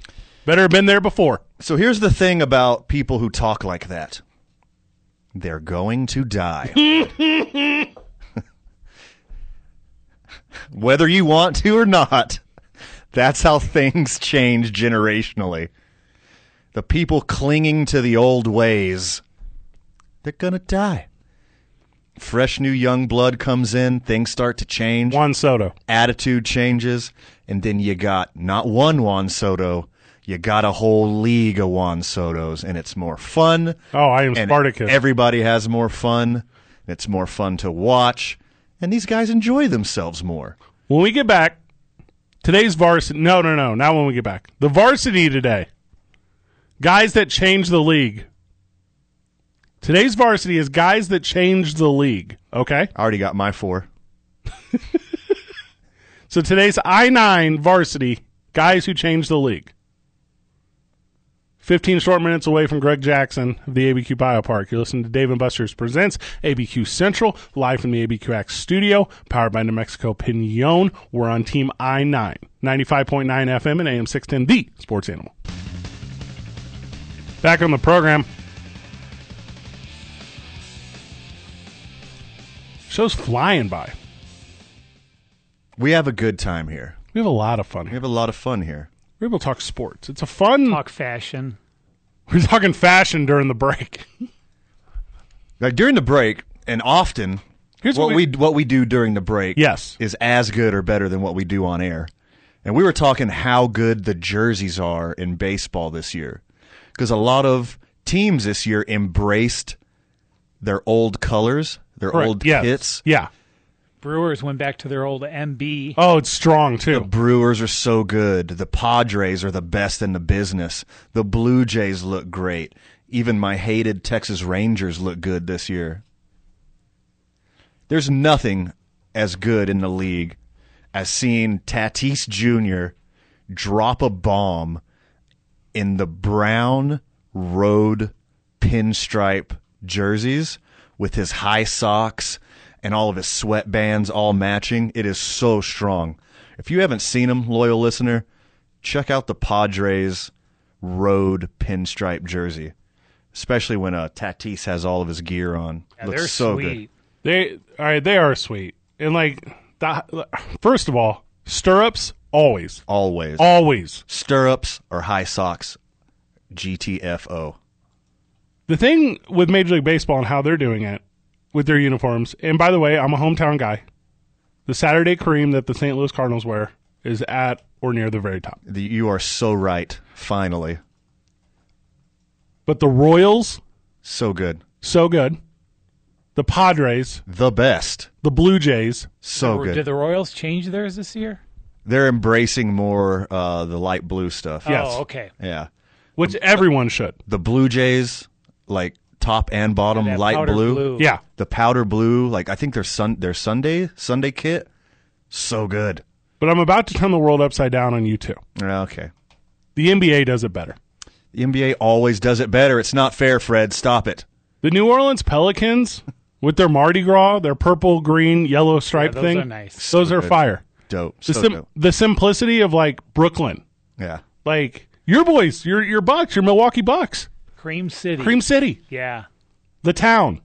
Speaker 4: Better have been there before.
Speaker 5: So here's the thing about people who talk like that they're going to die. Whether you want to or not, that's how things change generationally. The people clinging to the old ways, they're going to die. Fresh new young blood comes in, things start to change
Speaker 4: Juan Soto.
Speaker 5: attitude changes, and then you got not one Juan Soto, you got a whole league of Juan Sotos, and it's more fun.
Speaker 4: Oh, I am
Speaker 5: and
Speaker 4: Spartacus.
Speaker 5: Everybody has more fun. and It's more fun to watch, and these guys enjoy themselves more.
Speaker 4: when we get back, today's varsity. No, no, no. Not when we get back. The varsity today. Guys that change the league. Today's varsity is guys that change the league. Okay.
Speaker 5: I already got my four.
Speaker 4: So today's I 9 varsity, guys who change the league. 15 short minutes away from Greg Jackson of the ABQ Biopark. You're listening to Dave and Buster's Presents ABQ Central, live from the ABQ Axe studio, powered by New Mexico Pinon. We're on Team I 9, 95.9 FM and AM 610, the sports animal. Back on the program. Show's flying by.
Speaker 5: We have a good time here.
Speaker 4: We have a lot of fun here.
Speaker 5: We have a lot of fun here.
Speaker 4: We're able to talk sports. It's a fun.
Speaker 8: Talk fashion.
Speaker 4: We're talking fashion during the break.
Speaker 5: Like during the break, and often
Speaker 4: Here's
Speaker 5: what we what we do during the break
Speaker 4: Yes.
Speaker 5: is as good or better than what we do on air. And we were talking how good the jerseys are in baseball this year. Cuz a lot of teams this year embraced their old colors, their
Speaker 4: Correct.
Speaker 5: old
Speaker 4: Yes.
Speaker 5: kits.
Speaker 4: Yeah.
Speaker 8: Brewers went back to their old MB.
Speaker 4: Oh, it's strong too.
Speaker 5: Brewers are so good. The Padres are the best in the business. The Blue Jays look great. even my hated Texas Rangers look good this year. There's nothing as good in the league as seeing Tatis Jr. drop a bomb in the brown road pinstripe jerseys with his high socks and all of his sweatbands all matching. It is so strong. If you haven't seen him, loyal listener, check out the Padres road pinstripe jersey, especially when uh, Tatis has all of his gear on.
Speaker 8: Yeah,
Speaker 5: Looks
Speaker 8: they're
Speaker 5: so
Speaker 8: sweet.
Speaker 4: They all right. They are sweet, and like the, first of all, stirrups always,
Speaker 5: good. Always.
Speaker 4: always.
Speaker 5: Stirrups or high socks, GTFO.
Speaker 4: The thing with Major League Baseball and how they're doing it with their uniforms, and by the way, I'm a hometown guy. The Saturday cream that the St. Louis Cardinals wear is at or near the very top.
Speaker 5: The- You are so right. Finally.
Speaker 4: But the Royals,
Speaker 5: So good.
Speaker 4: so good. The Padres,
Speaker 5: The best.
Speaker 4: the Blue Jays,
Speaker 5: So
Speaker 8: Or
Speaker 5: good.
Speaker 8: Did the Royals change theirs this year?
Speaker 5: They're embracing more uh, the light blue stuff.
Speaker 4: Yes.
Speaker 8: Oh, okay.
Speaker 5: Yeah.
Speaker 4: which everyone should.
Speaker 5: The Blue Jays, like top and bottom
Speaker 8: That
Speaker 5: light
Speaker 8: powder
Speaker 5: blue.
Speaker 4: Yeah.
Speaker 5: The powder blue, like I think their sun their Sunday Sunday kit, so good.
Speaker 4: But I'm about to turn the world upside down on you too.
Speaker 5: Okay.
Speaker 4: The NBA does it better.
Speaker 5: The NBA always does it better. It's not fair, Fred. Stop it.
Speaker 4: The New Orleans Pelicans with their Mardi Gras, their purple, green, yellow stripe
Speaker 8: those
Speaker 4: thing.
Speaker 8: are nice.
Speaker 4: Those are fire.
Speaker 5: Dope.
Speaker 4: The
Speaker 5: So
Speaker 4: sim-
Speaker 5: dope.
Speaker 4: the simplicity of like Brooklyn.
Speaker 5: Yeah.
Speaker 4: Like your boys, your your Bucks, your Milwaukee Bucks.
Speaker 8: Cream City.
Speaker 4: Cream City,
Speaker 8: Yeah.
Speaker 4: the town.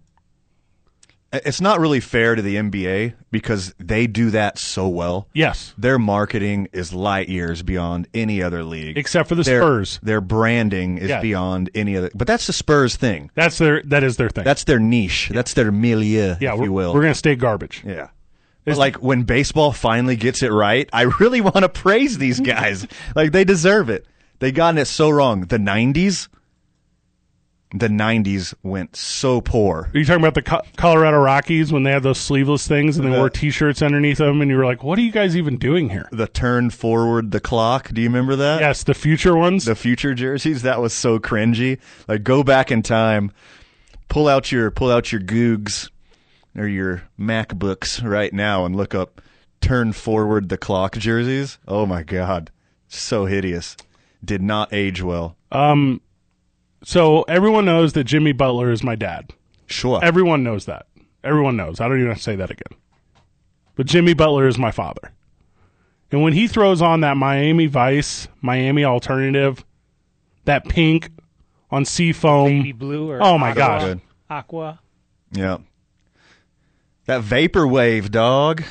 Speaker 5: It's not really fair to the NBA because they do that so well.
Speaker 4: Yes.
Speaker 5: Their marketing is light years beyond any other league.
Speaker 4: Except for the
Speaker 5: their,
Speaker 4: Spurs.
Speaker 5: Their branding is
Speaker 4: Yeah.
Speaker 5: beyond any other. But that's the Spurs thing.
Speaker 4: That's their that is their thing.
Speaker 5: That's their niche. That's their milieu,
Speaker 4: yeah,
Speaker 5: if
Speaker 4: we're,
Speaker 5: you will.
Speaker 4: we're gonna stay garbage.
Speaker 5: yeah. But like when baseball finally gets it right, I really want to praise these guys. like they deserve it. They gotten it so wrong. The '90s, the '90s went so poor.
Speaker 4: Are you talking about the Co- Colorado Rockies when they had those sleeveless things and they
Speaker 5: Yeah.
Speaker 4: wore T-shirts underneath them, and you were like, "What are you guys even doing here?"
Speaker 5: The turn forward the clock. Do you remember that?
Speaker 4: Yes, the future ones.
Speaker 5: the future jerseys. That was so cringy. Like go back in time, pull out your pull out your Googs or your MacBooks right now and look up turn forward the clock jerseys. Oh my god, so hideous. Did not age well.
Speaker 4: so everyone knows that Jimmy Butler is my dad.
Speaker 5: Sure.
Speaker 4: Everyone knows that. Everyone knows. I don't even have to say that again. But Jimmy Butler is my father. And when he throws on that Miami Vice, Miami Alternative, that pink on seafoam,
Speaker 8: Baby blue or
Speaker 4: Oh, my
Speaker 8: aqua-
Speaker 4: gosh.
Speaker 5: Good.
Speaker 8: Aqua.
Speaker 5: yeah. That vaporwave dog.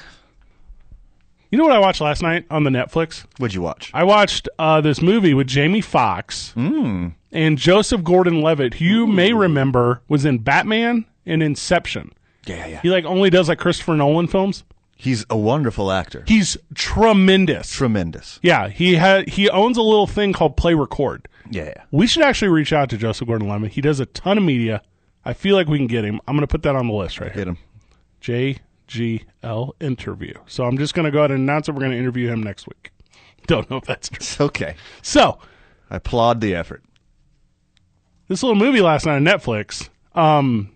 Speaker 4: You know what I watched last night on the Netflix?
Speaker 5: What'd you watch?
Speaker 4: I watched uh, this movie with Jamie Foxx and Joseph Gordon-Levitt, who you may remember was in Batman and Inception.
Speaker 5: Yeah, yeah.
Speaker 4: He like only does like Christopher Nolan films.
Speaker 5: He's a wonderful actor.
Speaker 4: He's tremendous.
Speaker 5: Tremendous.
Speaker 4: yeah, he had he owns a little thing called Play Record.
Speaker 5: Yeah, yeah.
Speaker 4: We should actually reach out to Joseph Gordon-Levitt. He does a ton of media. I feel like we can get him. I'm going to put that on the list right here.
Speaker 5: Hit him.
Speaker 4: JGL interview. So I'm just going to go ahead and announce that we're going to interview him next week. Don't know if that's true.
Speaker 5: It's okay.
Speaker 4: So
Speaker 5: I applaud the effort.
Speaker 4: this little movie last night on Netflix, um,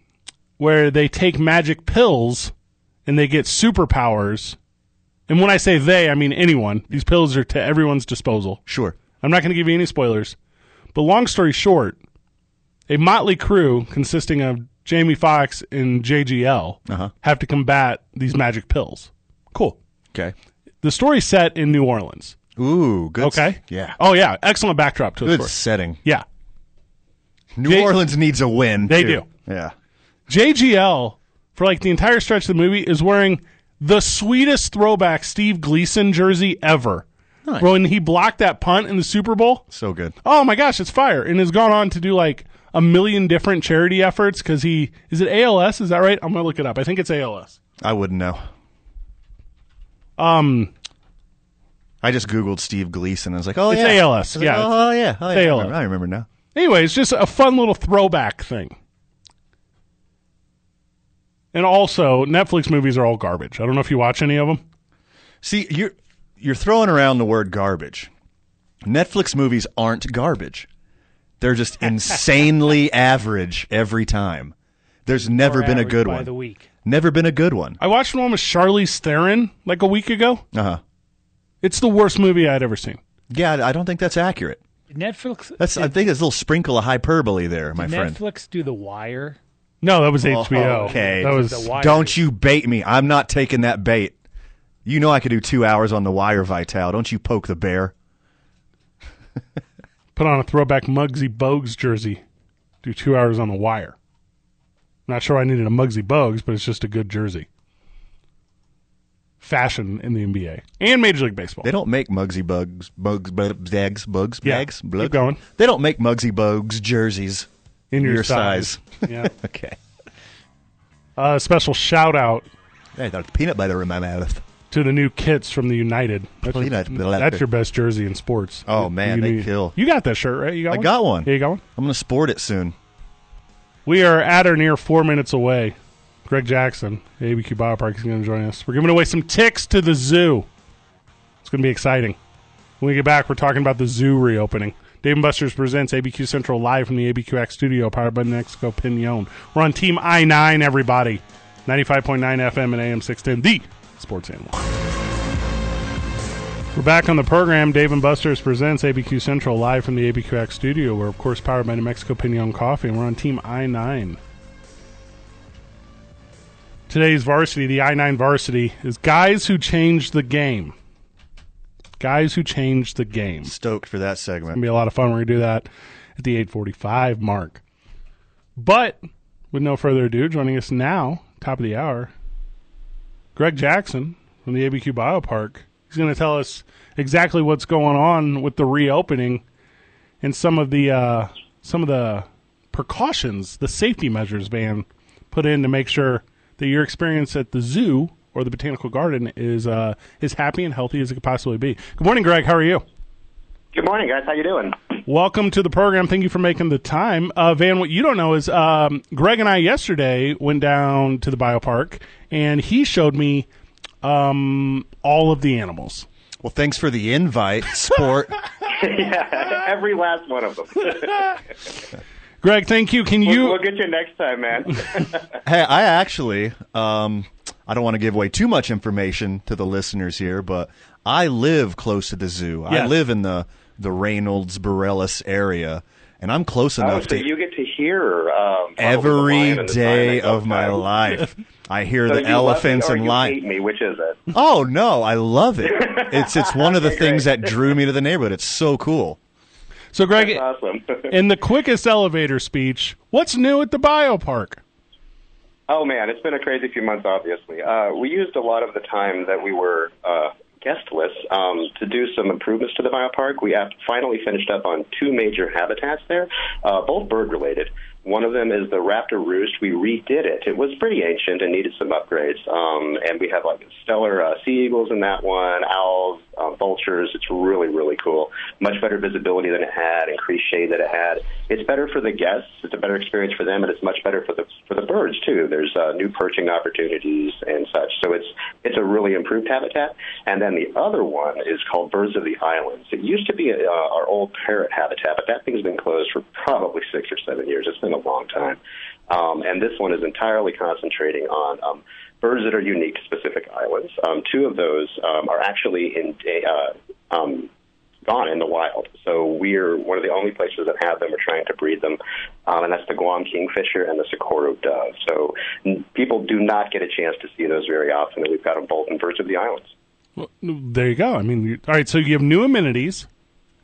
Speaker 4: where they take magic pills and they get superpowers. And when I say they, I mean anyone. These pills are to everyone's disposal.
Speaker 5: Sure.
Speaker 4: I'm not going to give you any spoilers. But long story short, a motley crew consisting of Jamie Foxx and JGL
Speaker 5: Uh-huh.
Speaker 4: have to combat these magic pills. Cool.
Speaker 5: Okay.
Speaker 4: The story's set in New Orleans.
Speaker 5: Ooh, good. s-
Speaker 4: Okay.
Speaker 5: Yeah.
Speaker 4: Oh yeah. Excellent backdrop to the
Speaker 5: Good
Speaker 4: story.
Speaker 5: setting.
Speaker 4: Yeah.
Speaker 5: New
Speaker 4: They-
Speaker 5: Orleans needs a win.
Speaker 4: They
Speaker 5: too.
Speaker 4: do.
Speaker 5: Yeah.
Speaker 4: JGL for like the entire stretch of the movie is wearing the sweetest throwback Steve Gleason jersey ever.
Speaker 5: Nice.
Speaker 4: When he blocked that punt in the Super Bowl,
Speaker 5: So good.
Speaker 4: oh my gosh, it's fire! And has gone on to do like a million different charity efforts because he is it ALS? Is that right? I'm gonna look it up. I think it's ALS.
Speaker 5: I wouldn't know.
Speaker 4: Um,
Speaker 5: I just googled Steve Gleason. I was like, oh
Speaker 4: It's
Speaker 5: yeah,
Speaker 4: ALS.
Speaker 5: I was like,
Speaker 4: Yeah, it's-
Speaker 5: oh yeah, oh, yeah. I,
Speaker 4: ALS.
Speaker 5: remember, I remember now.
Speaker 4: anyway, it's just a fun little throwback thing. And also, Netflix movies are all garbage. I don't know if you watch any of them.
Speaker 5: See, you're you're throwing around the word garbage. Netflix movies aren't garbage. They're just insanely average every time. There's never
Speaker 8: Or
Speaker 5: been a
Speaker 8: average
Speaker 5: good
Speaker 8: by
Speaker 5: one.
Speaker 8: The week.
Speaker 5: Never been a good one.
Speaker 4: I watched one with Charlize Theron like a week ago.
Speaker 5: Uh huh.
Speaker 4: It's the worst movie I'd ever seen.
Speaker 5: Yeah, I- I don't think that's accurate.
Speaker 8: Netflix.
Speaker 5: That's I think there's a little sprinkle of hyperbole there, my friend.
Speaker 8: Netflix do The Wire.
Speaker 4: No, that was HBO.
Speaker 5: Oh, okay.
Speaker 4: that was
Speaker 8: The Wire.
Speaker 5: Don't you bait me. I'm not taking that bait. You know I could do two hours on the wire, Vital. Don't you poke the bear.
Speaker 4: put on a throwback Muggsy Bogues jersey. Do two hours on the wire. Not sure I needed a Muggsy Bogues, but it's just a good jersey. Fashion in the NBA and Major League Baseball.
Speaker 5: They don't make Mugsy Bugs, Bugs, Bugs, Zags, Bugs,
Speaker 4: Yeah,
Speaker 5: Bags,
Speaker 4: keep
Speaker 5: Blug.
Speaker 4: going.
Speaker 5: They don't make Mugsy Bugs jerseys.
Speaker 4: in your,
Speaker 5: your
Speaker 4: size. yeah.
Speaker 5: Okay.
Speaker 4: Uh, special shout out
Speaker 5: Hey, there's peanut butter in my mouth.
Speaker 4: to the new kits from the United. That's,
Speaker 5: Peanut
Speaker 4: your,
Speaker 5: butter.
Speaker 4: that's your best jersey in sports.
Speaker 5: Oh, man, they
Speaker 4: need-
Speaker 5: kill.
Speaker 4: You got that shirt right? You got
Speaker 5: I
Speaker 4: one?
Speaker 5: got one.
Speaker 4: Yeah, you got one.
Speaker 5: I'm going to sport it soon.
Speaker 4: We are at or near four minutes away. Greg Jackson, ABQ Biopark, is going to join us. We're giving away some ticks to the zoo. It's going to be exciting. When we get back, we're talking about the zoo reopening. Dave and Buster's presents ABQ Central live from the ABQX studio, powered by Mexico Pinon. We're on Team I 9, everybody. 95.9 FM and AM 610, the sports animal. We're back on the program. Dave and Buster's presents ABQ Central live from the ABQX studio. We're, of course, powered by New Mexico Pinon Coffee, and we're on Team I 9. Today's varsity, the I 9 varsity, is guys who changed the game. Guys who changed the game. It's
Speaker 5: Stoked for that
Speaker 4: going to
Speaker 5: segment.
Speaker 4: be a lot of fun. We're going to do that at the 845 mark. But with no further ado, joining us now, top of the hour, Greg Jackson from the ABQ Biopark. He's going to tell us exactly what's going on with the reopening and some of the uh, some of the precautions, the safety measures Van put in to make sure that your experience at the zoo or the botanical garden is uh, as happy and healthy as it could possibly be. Good morning, Greg. How are you?
Speaker 9: Good morning, guys. How you doing?
Speaker 4: Welcome to the program. Thank you for making the time. Uh, Van, what you don't know is um, Greg and I yesterday went down to the biopark and he showed me um, all of the animals.
Speaker 5: Well, thanks for the invite, sport.
Speaker 9: yeah, every last one of them. We'll,
Speaker 4: Greg, thank you. Can
Speaker 9: we'll
Speaker 4: you?
Speaker 9: get you next time, man. Um,
Speaker 5: Hey, I actually, um, I don't want to give away too much information to the listeners here, but I live close to the zoo. I
Speaker 4: Yes.
Speaker 5: live in the the Reynolds Borellis area, and I'm close
Speaker 9: oh,
Speaker 5: enough
Speaker 9: so
Speaker 5: to
Speaker 9: you get to hear um, probably the lion
Speaker 5: every
Speaker 9: and the
Speaker 5: day
Speaker 9: lion at
Speaker 5: of
Speaker 9: one
Speaker 5: my
Speaker 9: time.
Speaker 5: life. I hear
Speaker 9: So
Speaker 5: the
Speaker 9: you
Speaker 5: elephants
Speaker 9: love me or
Speaker 5: and
Speaker 9: you
Speaker 5: lions.
Speaker 9: Hate me, which is it?
Speaker 5: Oh no, I love it. It's it's one of the things that drew me to the neighborhood. It's so cool.
Speaker 4: So, Greg,
Speaker 9: Awesome.
Speaker 4: in the quickest elevator speech, what's new at the biopark?
Speaker 9: oh man, it's been a crazy few months. Obviously, uh, we used a lot of the time that we were uh, guestless um, to do some improvements to the biopark. We have finally finished up on two major habitats there, uh, both bird related. One of them is the raptor roost. We redid it. It was pretty ancient and needed some upgrades. Um, and we have like stellar uh, sea eagles in that one, owls, uh, vultures. It's really, really cool. Much better visibility than it had, increased shade that it had. It's better for the guests. It's a better experience for them, and it's much better for the for the birds too. There's uh, new perching opportunities and such. So it's it's a really improved habitat. And then the other one is called Birds of the Islands. It used to be uh, our old parrot habitat, but that thing's been closed for probably six or seven years. It's been a long time. Um, and this one is entirely concentrating on um, birds that are unique to specific islands. Um, two of those um, are actually in uh, um, gone in the wild. So we're one of the only places that have them. We're trying to breed them, um, and that's the Guam kingfisher and the Socorro dove. So n- people do not get a chance to see those very often, and we've got them both in Birds of the Islands.
Speaker 4: Well, there you go. I mean, you all right. So you have new amenities,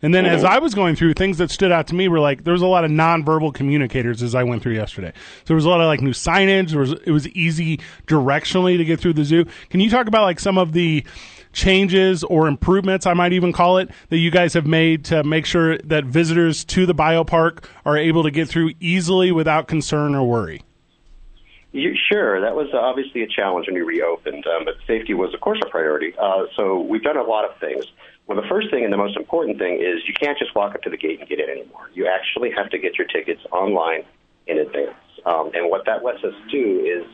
Speaker 4: and then as I was going through, things that stood out to me were like there was a lot of nonverbal communicators as I went through yesterday. So there was a lot of like new signage. There was it was easy directionally to get through the zoo. Can you talk about like some of the changes or improvements I might even call it that you guys have made to make sure that visitors to the biopark are able to get through easily without concern or worry?
Speaker 9: You, sure, that was obviously a challenge when we reopened, um, but safety was, of course, a priority. Uh, so we've done a lot of things. Well, the first thing and the most important thing is you can't just walk up to the gate and get in anymore. You actually have to get your tickets online in advance. Um, and what that lets us do is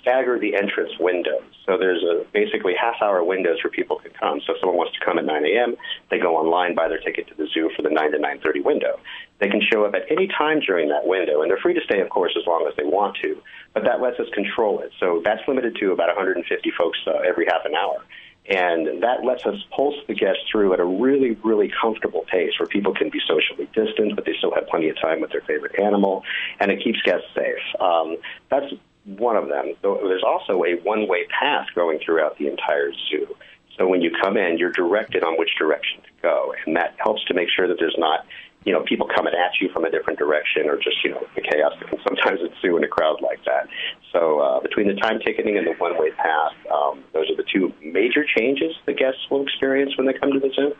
Speaker 9: stagger the entrance windows. So there's a basically half hour windows where people can come. So if someone wants to come at 9 a.m., they go online, buy their ticket to the zoo for the 9 to 9:30 window. They can show up at any time during that window, and they're free to stay, of course, as long as they want to. But that lets us control it. So that's limited to about 150 folks uh, every half an hour. And that lets us pulse the guests through at a really, really comfortable pace where people can be socially distant, but they still have plenty of time with their favorite animal, and it keeps guests safe. Um, that's one of them. So There's also a one way path going throughout the entire zoo. So when you come in, you're directed on which direction to go, and that helps to make sure that there's not, you know, people coming at you from a different direction or just, you know, the chaos that can sometimes ensue in a crowd like that. So uh, between the time ticketing and the one-way pass, um, those are the two major changes the guests will experience when they come to the zoo.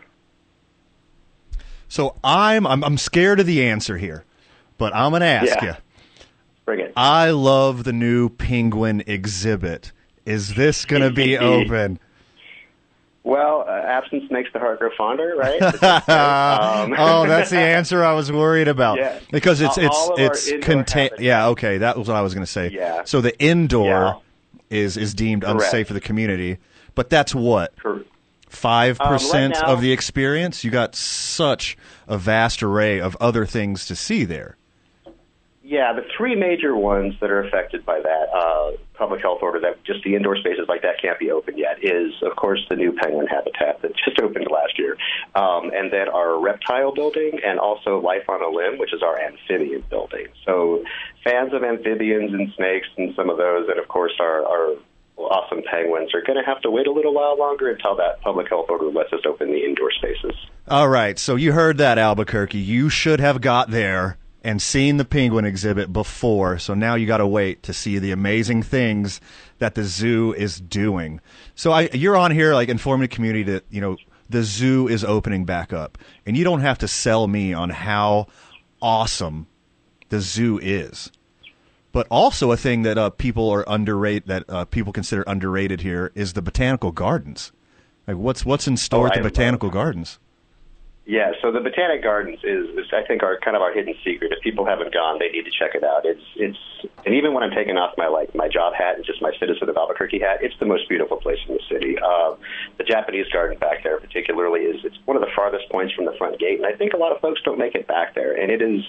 Speaker 5: So I'm I'm, I'm scared of the answer here, but I'm gonna ask
Speaker 9: Yeah.
Speaker 5: you.
Speaker 9: Bring it.
Speaker 5: I love the new penguin exhibit. Is this gonna be open?
Speaker 9: Well, uh, absence makes the heart grow fonder, right? um,
Speaker 5: Oh, that's the answer I was worried about.
Speaker 9: Yeah.
Speaker 5: Because it's
Speaker 9: All-
Speaker 5: it's
Speaker 9: all of our
Speaker 5: it's
Speaker 9: indoor
Speaker 5: contain.
Speaker 9: habitats.
Speaker 5: Yeah, okay, that was what I was going to say.
Speaker 9: Yeah.
Speaker 5: So the indoor
Speaker 9: Yeah.
Speaker 5: is is deemed
Speaker 9: Correct.
Speaker 5: unsafe for the community, but that's what
Speaker 9: Cor-
Speaker 5: five percent
Speaker 9: Um, right now-
Speaker 5: of the experience. You got such a vast array of other things to see there.
Speaker 9: Yeah, the three major ones that are affected by that uh, public health order that just the indoor spaces like that can't be open yet is, of course, the new penguin habitat that just opened last year, um, and then our reptile building and also Life on a Limb, which is our amphibian building. So, fans of amphibians and snakes and some of those, and of course, our, our awesome penguins are going to have to wait a little while longer until that public health order lets us open the indoor spaces.
Speaker 5: All right, so you heard that Albuquerque. You should have got there and seen the penguin exhibit before. So now you got to wait to see the amazing things that the zoo is doing. So I, you're on here like informing the community that you know the zoo is opening back up, and you don't have to sell me on how awesome the zoo is. But also a thing that uh, people are underrate that uh, people consider underrated here is the botanical gardens. Like what's what's in store
Speaker 9: Oh,
Speaker 5: at the
Speaker 9: I love-
Speaker 5: botanical gardens?
Speaker 9: Yeah, so the Botanic Gardens is, is I think, our kind of our hidden secret. If people haven't gone, they need to check it out. It's it's and even when I'm taking off my like my job hat and just my citizen of Albuquerque hat, it's the most beautiful place in the city. Uh, the Japanese Garden back there, particularly, is it's one of the farthest points from the front gate, and I think a lot of folks don't make it back there. And it is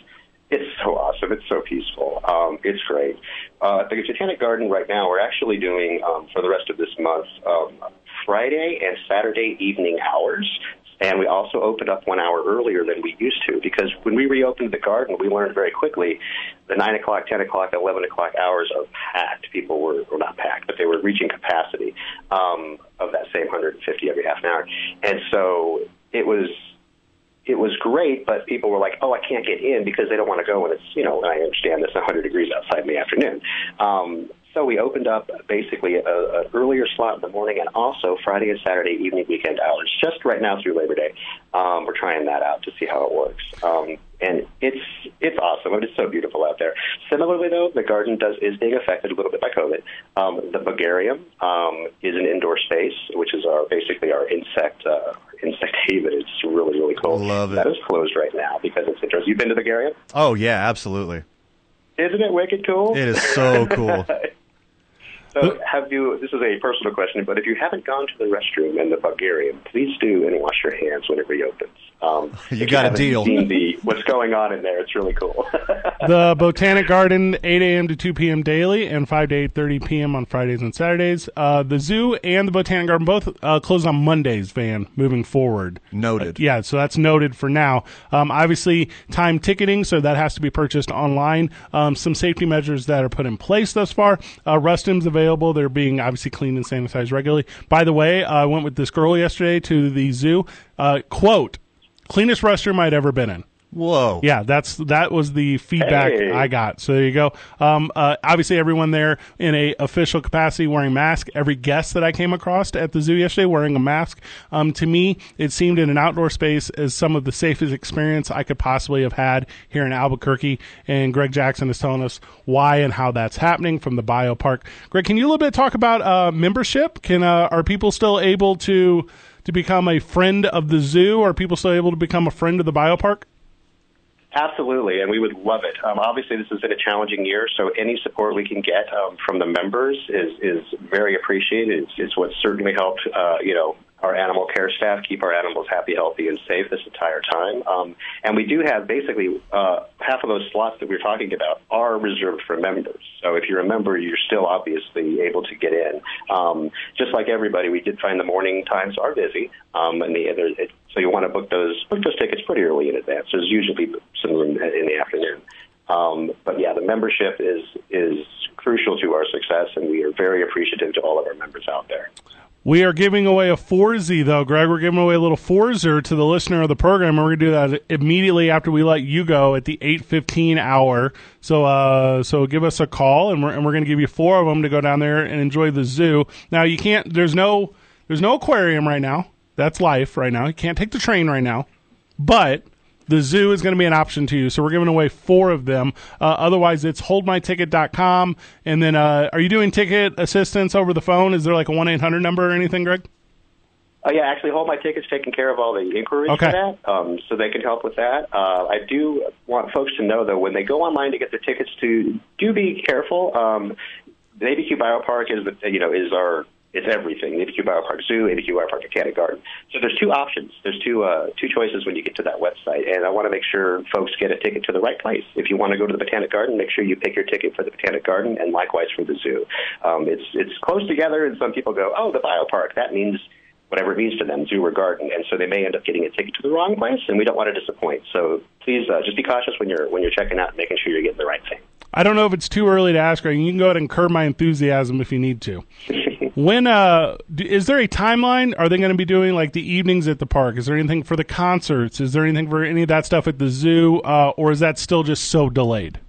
Speaker 9: it's so awesome. It's so peaceful. Um, it's great. Uh, the Botanic Garden right now, we're actually doing um, for the rest of this month um, Friday and Saturday evening hours. And we also opened up one hour earlier than we used to because when we reopened the garden, we learned very quickly the 9 o'clock, 10 o'clock, 11 o'clock hours are packed. People were, well, not packed, but they were reaching capacity um, of that same 150 every half an hour. And so it was. It was great, but people were like, "Oh, I can't get in because they don't want to go." And it's you know, and I understand it's 100 degrees outside in the afternoon. Um, so we opened up basically a- an earlier slot in the morning and also Friday and Saturday evening weekend hours, just right now through Labor Day. Um, we're trying that out to see how it works. Um, and it's it's awesome. It's so beautiful out there. Similarly, though, the garden does is being affected a little bit by COVID. Um, the Bulgarium um, is an indoor space, which is our basically our insect uh, insect haven. It's really really cool.
Speaker 5: Love it.
Speaker 9: That is closed right now because it's indoors. You've been to the Bulgarium,
Speaker 5: Oh yeah, absolutely.
Speaker 9: isn't it wicked cool?
Speaker 5: It is so cool.
Speaker 9: So, have you? This is a personal question, but if you haven't gone to the restroom in the Bulgarian, please do and wash your hands when it reopens. Um,
Speaker 5: You
Speaker 9: if
Speaker 5: got a
Speaker 9: haven't
Speaker 5: deal.
Speaker 9: Seen the, what's going on in there? It's really cool.
Speaker 4: the Botanic Garden, 8 a.m. to 2 p.m. daily, and 5 to 8:30 p.m. on Fridays and Saturdays. Uh, the zoo and the Botanic Garden both uh, close on Mondays. Van, moving forward. Uh,
Speaker 5: Noted.
Speaker 4: Yeah, so that's noted for now. Um, obviously, time ticketing, so that has to be purchased online. Um, some safety measures that are put in place thus far. Uh, restrooms available. They're being obviously cleaned and sanitized regularly. By the way, I went with this girl yesterday to the zoo. Uh, quote, cleanest restroom I'd ever been in.
Speaker 5: Whoa.
Speaker 4: Yeah, that's that was the feedback
Speaker 9: Hey.
Speaker 4: I got. So there you go. Um, uh, obviously, everyone there in a official capacity wearing mask. Every guest that I came across at the zoo yesterday wearing a mask. Um, to me, it seemed in an outdoor space as some of the safest experience I could possibly have had here in Albuquerque. And Greg Jackson is telling us why and how that's happening from the biopark. Greg, can you a little bit talk about uh, membership? Can uh, are people still able to to become a friend of the zoo? Are people still able to become a friend of the biopark?
Speaker 9: Absolutely, and we would love it. Um, obviously, this has been a challenging year, so any support we can get um, from the members is is very appreciated. It's, it's what certainly helped, uh, you know, our animal care staff keep our animals happy, healthy, and safe this entire time. Um, and we do have basically uh, half of those slots that we we're talking about are reserved for members. So if you're a member, you're still obviously able to get in. Um, just like everybody, we did find the morning times are busy, um, and the other, it, so you want to book those book those tickets pretty early in advance. There's usually some room in the afternoon. Um, but yeah, the membership is is crucial to our success, and we are very appreciative to all of our members out there.
Speaker 4: We are giving away a Forzy, though, Greg. We're giving away a little Forzer to the listener of the program, and we're gonna do that immediately after we let you go at the eight fifteen hour. So, uh, so give us a call, and we're and we're gonna give you four of them to go down there and enjoy the zoo. Now, you can't. There's no. There's no aquarium right now. That's life right now. You can't take the train right now, but the zoo is going to be an option to you. So we're giving away four of them. Uh, otherwise, it's holdmyticket.com. And then, uh, are you doing ticket assistance over the phone? Is there like a 1 800 number or anything, Greg?
Speaker 9: Oh yeah, actually, hold my tickets taking care of all the inquiries
Speaker 4: Okay.
Speaker 9: for that, um, so they can help with that. Uh, I do want folks to know though, when they go online to get their tickets, to do be careful. Um, the ABQ Biopark is the you know is our it's everything. ABQ Biopark Zoo, ABQ Biopark Botanic Garden. So there's two options. There's two uh, two choices when you get to that website, and I want to make sure folks get a ticket to the right place. If you want to go to the Botanic Garden, make sure you pick your ticket for the Botanic Garden, and likewise for the zoo. Um, it's it's close together, and some people go, oh, the Biopark. That means whatever it means to them, zoo or garden, and so they may end up getting a ticket to the wrong place, and we don't want to disappoint. So please uh, just be cautious when you're when you're checking out, and making sure you're getting the right thing.
Speaker 4: I don't know if it's too early to ask, Greg. You can go ahead and curb my enthusiasm if you need to. When uh, d- is there a timeline? Are they going to be doing like the evenings at the park? Is there anything for the concerts? Is there anything for any of that stuff at the zoo? Uh, or is that still just so delayed?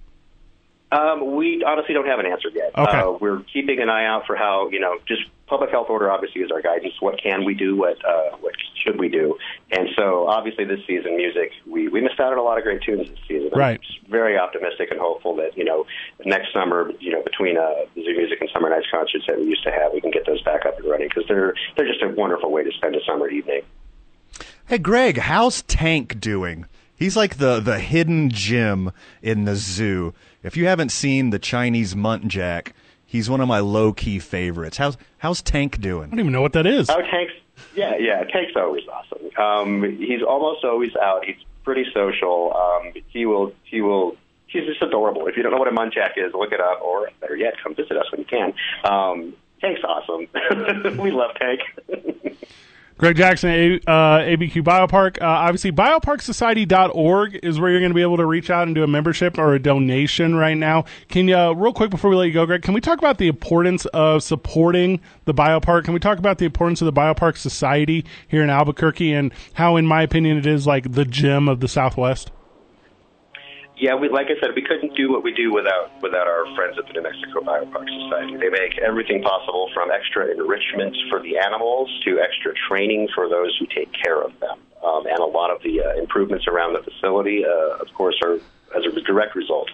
Speaker 9: Um, we honestly don't have an answer yet.
Speaker 4: Okay.
Speaker 9: Uh, we're keeping an eye out for how you know just public health order obviously is our guidance. What can we do? What uh, what should we do? And so obviously this season, music we we missed out on a lot of great tunes this season. I'm
Speaker 4: Right.
Speaker 9: very optimistic and hopeful that you know next summer, you know between uh, the Zoo Music and Summer Nights concerts that we used to have, we can get those back up and running because they're they're just a wonderful way to spend a summer evening.
Speaker 5: Hey, Greg, how's Tank doing? He's like the, the hidden gem in the zoo. If you haven't seen the Chinese muntjac, he's one of my low key favorites. How's how's Tank
Speaker 4: I
Speaker 5: doing?
Speaker 4: don't even know what that is.
Speaker 9: Oh, Tank's yeah, yeah. Tank's always awesome. Um, he's almost always out. He's pretty social. Um, he will he will. He's just adorable. If you don't know what a munchak is, look it up, or better yet, come visit us when you can. Um, Tank's awesome. we love Tank.
Speaker 4: Greg Jackson, A- uh, ABQ Biopark. Uh, obviously, bioparksociety.org is where you're going to be able to reach out and do a membership or a donation right now. Can you, uh, real quick before we let you go, Greg, can we talk about the importance of supporting the biopark? Can we talk about the importance of the Biopark Society here in Albuquerque and how, in my opinion, it is like the gem of the Southwest?
Speaker 9: yeah, we like I said, we couldn't do what we do without without our friends at the New Mexico Biopark Society. They make everything possible from extra enrichment for the animals to extra training for those who take care of them. Um, and a lot of the uh, improvements around the facility, uh, of course, are as a direct result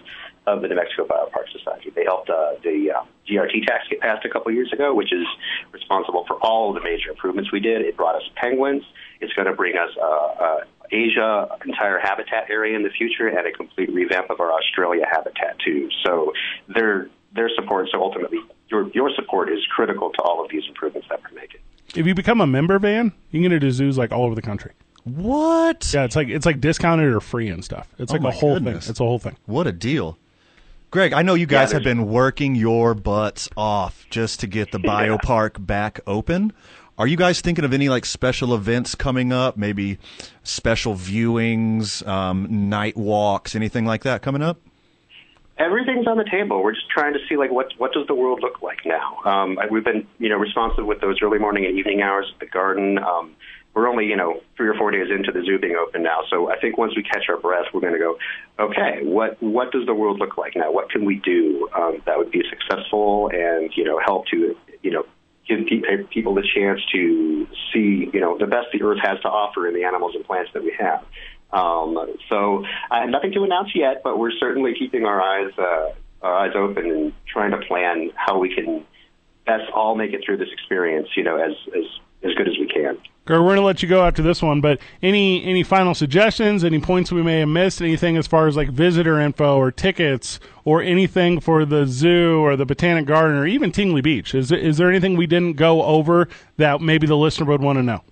Speaker 9: of the New Mexico Biopark Society. They helped uh, the uh, GRT tax get passed a couple years ago, which is responsible for all the major improvements we did. It brought us penguins. It's going to bring us uh, uh, Asia entire habitat area in the future, and a complete revamp of our Australia habitat too. So their their support. So ultimately, your your support is critical to all of these improvements that we're making.
Speaker 4: If you become a member, Van, you can get into zoos like all over the country.
Speaker 5: What?
Speaker 4: Yeah, it's like it's like discounted or free and stuff. It's like
Speaker 5: Oh my
Speaker 4: a whole
Speaker 5: goodness.
Speaker 4: thing. It's a whole thing.
Speaker 5: What a deal. Greg, I know you guys
Speaker 9: there's-
Speaker 5: have been working your butts off just to get the biopark back open. Are you guys thinking of any like special events coming up? Maybe special viewings, um, night walks, anything like that coming up?
Speaker 9: everything's on the table. We're just trying to see like what what does the world look like now. Um, I- we've been you know responsive with those early morning and evening hours at the garden. Um, we're only you know three or four days into the zoo being open now, so I think once we catch our breath, we're going to go, okay, what what does the world look like now? What can we do um, that would be successful and you know help to you know give pe- uh, people the chance to see, you know, the best the earth has to offer in the animals and plants that we have. Um, so uh, nothing to announce yet, but we're certainly keeping our eyes uh, our eyes open and trying to plan how we can best all make it through this experience, you know, as as as good as we can.
Speaker 4: Gert, we're going to let you go after this one, but any any final suggestions, any points we may have missed, anything as far as like visitor info or tickets or anything for the zoo or the Botanic Garden or even Tingley Beach? Is is there anything we didn't go over that maybe the listener would want to know?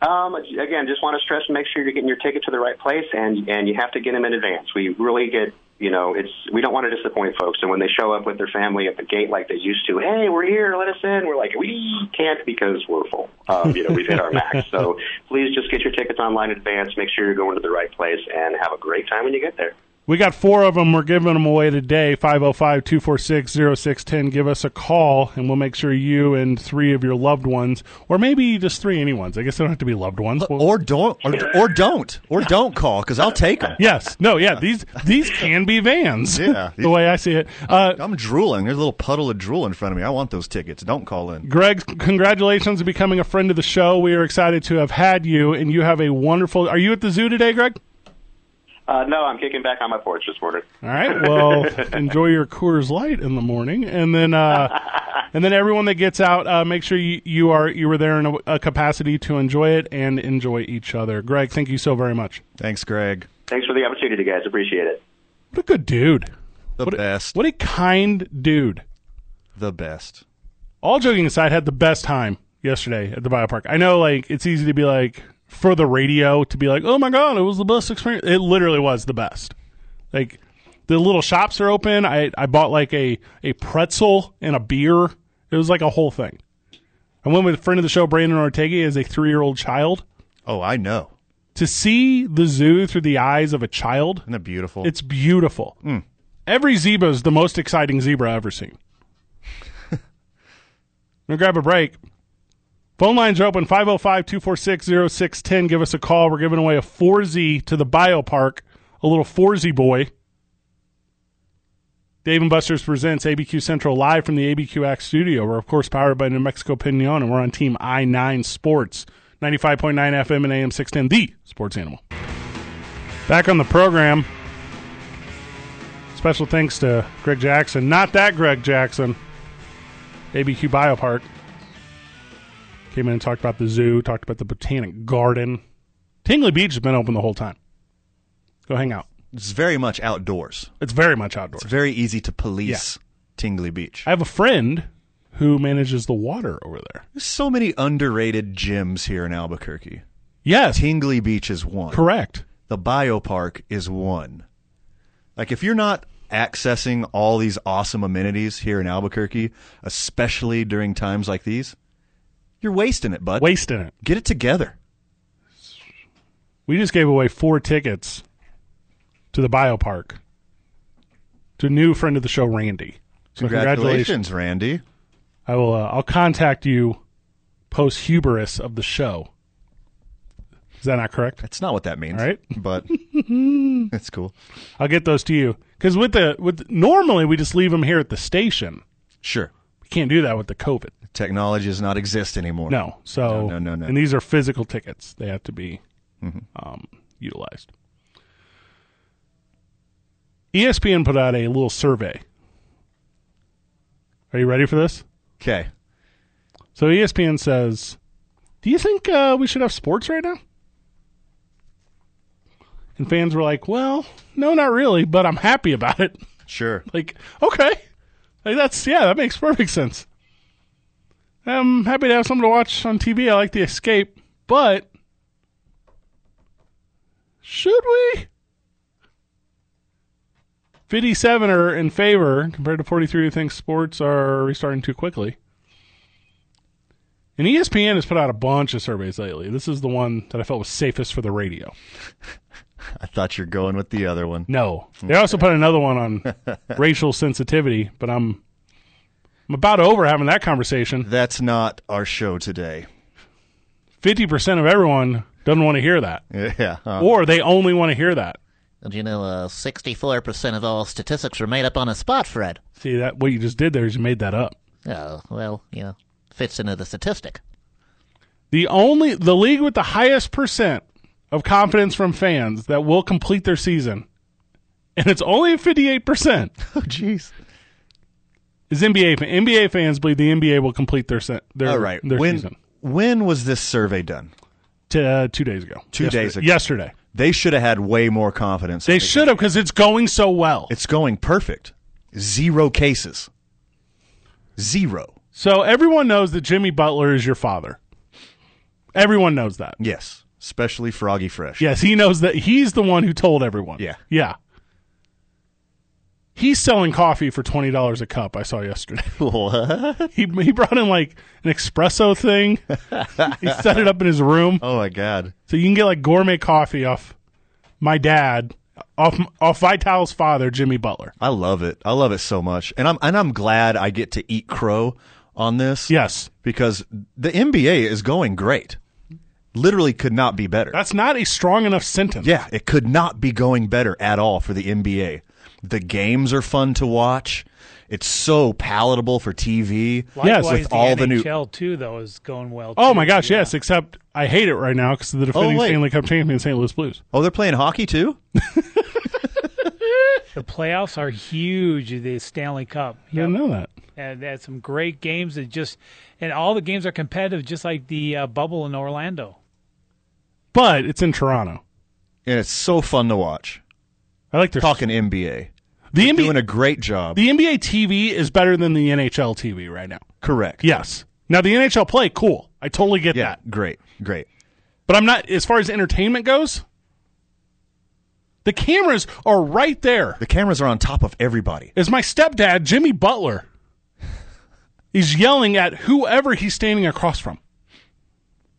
Speaker 9: Um, again, just want to stress and make sure you're getting your ticket to the right place, and and you have to get them in advance. We really get, you know, it's we don't want to disappoint folks, and when they show up with their family at the gate like they used to, hey, we're here, let us in. We're like, we can't because we're full. Um, you know, we've hit our max. So please just get your tickets online in advance. Make sure you're going to the right place, and have a great time when you get there.
Speaker 4: We got four of them. We're giving them away today. 505 246 0610. Give us a call, and we'll make sure you and three of your loved ones, or maybe just three any ones. I guess they don't have to be loved ones. We'll-
Speaker 5: Or don't, or, or don't, or don't call because I'll take them.
Speaker 4: yes. No, yeah. These these can be vans.
Speaker 5: Yeah.
Speaker 4: the way I see it. Uh,
Speaker 5: I'm drooling. There's a little puddle of drool in front of me. I want those tickets. Don't call in.
Speaker 4: Greg, congratulations on becoming a friend of the show. We are excited to have had you, and you have a wonderful. Are you at the zoo today, Greg?
Speaker 9: Uh, no, I'm kicking back on my porch this morning.
Speaker 4: All right. Well, enjoy your Coors Light in the morning, and then uh, and then everyone that gets out, uh, make sure you, you are you were there in a, a capacity to enjoy it and enjoy each other. Greg, thank you so very much.
Speaker 5: Thanks, Greg.
Speaker 9: Thanks for the opportunity, guys. Appreciate it.
Speaker 4: What a good dude.
Speaker 5: The best.
Speaker 4: What a kind dude.
Speaker 5: The best.
Speaker 4: all joking aside, had the best time yesterday at the biopark. I know, like, it's easy to be like for the radio to be like, "Oh my god, it was the best experience." It literally was the best. Like, the little shops are open. I I bought like a a pretzel and a beer. It was like a whole thing. I went with a friend of the show, Brandon Ortega, as a three year old child
Speaker 5: Oh, I know.
Speaker 4: to see the zoo through the eyes of a child.
Speaker 5: Isn't that beautiful?
Speaker 4: It's beautiful. Every zebra is the most exciting zebra I've ever seen. I'm going to grab a break. Phone lines are open 505 246 0610. Give us a call. We're giving away a 4Z to the biopark, a little 4Z boy. Dave and Buster's presents ABQ Central live from the ABQX studio. We're, of course, powered by New Mexico Pinon, and we're on Team I 9 Sports, 95.9 FM and AM 610, the sports animal. Back on the program. Special thanks to Greg Jackson. Not that Greg Jackson. ABQ Biopark. Came in and talked about the zoo, talked about the botanic garden. Tingley Beach has been open the whole time. Go hang out.
Speaker 5: It's very much outdoors.
Speaker 4: It's very much outdoors.
Speaker 5: It's very easy to police Tingley Beach.
Speaker 4: I have a friend who manages the water over there.
Speaker 5: There's so many underrated gyms here in Albuquerque.
Speaker 4: Yes,
Speaker 5: Tingley Beach is one.
Speaker 4: correct.
Speaker 5: The biopark is one. Like if you're not accessing all these awesome amenities here in Albuquerque, especially during times like these, you're wasting it, bud.
Speaker 4: Wasting it.
Speaker 5: Get it together.
Speaker 4: We just gave away four tickets to the biopark to a new friend of the show, Randy. So
Speaker 5: Congratulations, Randy.
Speaker 4: I will. Uh, I'll contact you post hubris of the show. Is that not correct?
Speaker 5: That's not what that means.
Speaker 4: All right.
Speaker 5: But that's cool.
Speaker 4: I'll get those to you because with the with normally we just leave them here at the station.
Speaker 5: Sure.
Speaker 4: We can't do that with the COVID.
Speaker 5: Technology does not exist anymore.
Speaker 4: No. So
Speaker 5: No, no, no, Mm-hmm. no.
Speaker 4: And these are physical tickets. They have to be um, utilized. E ESPN put out a little survey. Are you ready for this?
Speaker 5: Okay.
Speaker 4: So E ESPN says, "Do you think uh, we should have sports right now?" And fans were like, "Well, no, not really, but I'm happy about it."
Speaker 5: Sure.
Speaker 4: Like, okay, like that's yeah, that makes perfect sense. I'm happy to have something to watch on TV. I like the escape, but should we? Fifty-seven are in favor compared to forty-three who think sports are restarting too quickly. And E ESPN has put out a bunch of surveys lately. This is the one that I felt was safest for the radio.
Speaker 5: I thought you're going with the other one.
Speaker 4: No. They also put another one on racial sensitivity, but I'm I'm about over having that conversation.
Speaker 5: That's not our show today.
Speaker 4: Fifty percent of everyone doesn't want to hear that.
Speaker 5: Yeah. huh.
Speaker 4: Or they only want to hear that.
Speaker 7: And you know, uh, 64% of all statistics are made up on a spot, Fred.
Speaker 4: See that what you just did there is you made that up.
Speaker 7: Oh, well, you know, fits into the statistic.
Speaker 4: The only the league with the highest percent of confidence from fans that will complete their season, and it's only fifty eight percent.
Speaker 5: Oh, jeez.
Speaker 4: Is NBA fan. NBA fans believe the NBA will complete their se- their
Speaker 5: All right.
Speaker 4: their
Speaker 5: when
Speaker 4: season.
Speaker 5: when was this survey done?
Speaker 4: T- uh, two days ago.
Speaker 5: Two
Speaker 4: Yesterday-
Speaker 5: days ago.
Speaker 4: Yesterday.
Speaker 5: They should have had way more confidence.
Speaker 4: They should have because it's going so well.
Speaker 5: It's going perfect. Zero cases. Zero.
Speaker 4: So everyone knows that Jimmy Butler is your father. Everyone knows that.
Speaker 5: Yes. Especially Froggy Fresh.
Speaker 4: Yes, he knows that he's the one who told everyone.
Speaker 5: Yeah.
Speaker 4: Yeah. He's selling coffee for twenty dollars a cup. I saw yesterday.
Speaker 5: What?
Speaker 4: He he brought in like an espresso thing. he set it up in his room,
Speaker 5: Oh my god.
Speaker 4: so you can get like gourmet coffee off my dad, off off Vital's father, Jimmy Butler.
Speaker 5: I love it. I love it so much. And I'm and I'm glad I get to eat crow on this.
Speaker 4: Yes,
Speaker 5: Because the NBA is going great. Literally could not be better.
Speaker 4: that's not a strong enough sentence.
Speaker 5: Yeah, it could not be going better at all for the NBA. The games are fun to watch. It's so palatable for TV.
Speaker 4: Yes,
Speaker 8: Likewise,
Speaker 5: with all the new-
Speaker 8: NHL too though is going well.
Speaker 4: Oh
Speaker 8: too.
Speaker 4: my gosh,
Speaker 8: Yeah.
Speaker 4: yes. Except I hate it right now because the defending
Speaker 5: Oh, wait.
Speaker 4: Stanley Cup champion, St. Louis Blues.
Speaker 5: Oh, they're playing hockey too?
Speaker 8: The playoffs are huge. The Stanley Cup.
Speaker 4: You didn't know that.
Speaker 8: And they had some great games that just, and all the games are competitive, just like the uh, bubble in Orlando.
Speaker 4: But it's in Toronto.
Speaker 5: And it's so fun to watch.
Speaker 4: I like their
Speaker 5: Talking NBA.
Speaker 4: The NBA,
Speaker 5: Doing a great job.
Speaker 4: the NBA TV is better than the NHL TV right now.
Speaker 5: Correct.
Speaker 4: Yes. Now the NHL play, cool. I totally get
Speaker 5: Yeah.
Speaker 4: that.
Speaker 5: Great. Great.
Speaker 4: But I'm not as far as entertainment goes. The cameras are right there.
Speaker 5: The cameras are on top of everybody.
Speaker 4: Is my stepdad Jimmy Butler is yelling at whoever he's standing across from.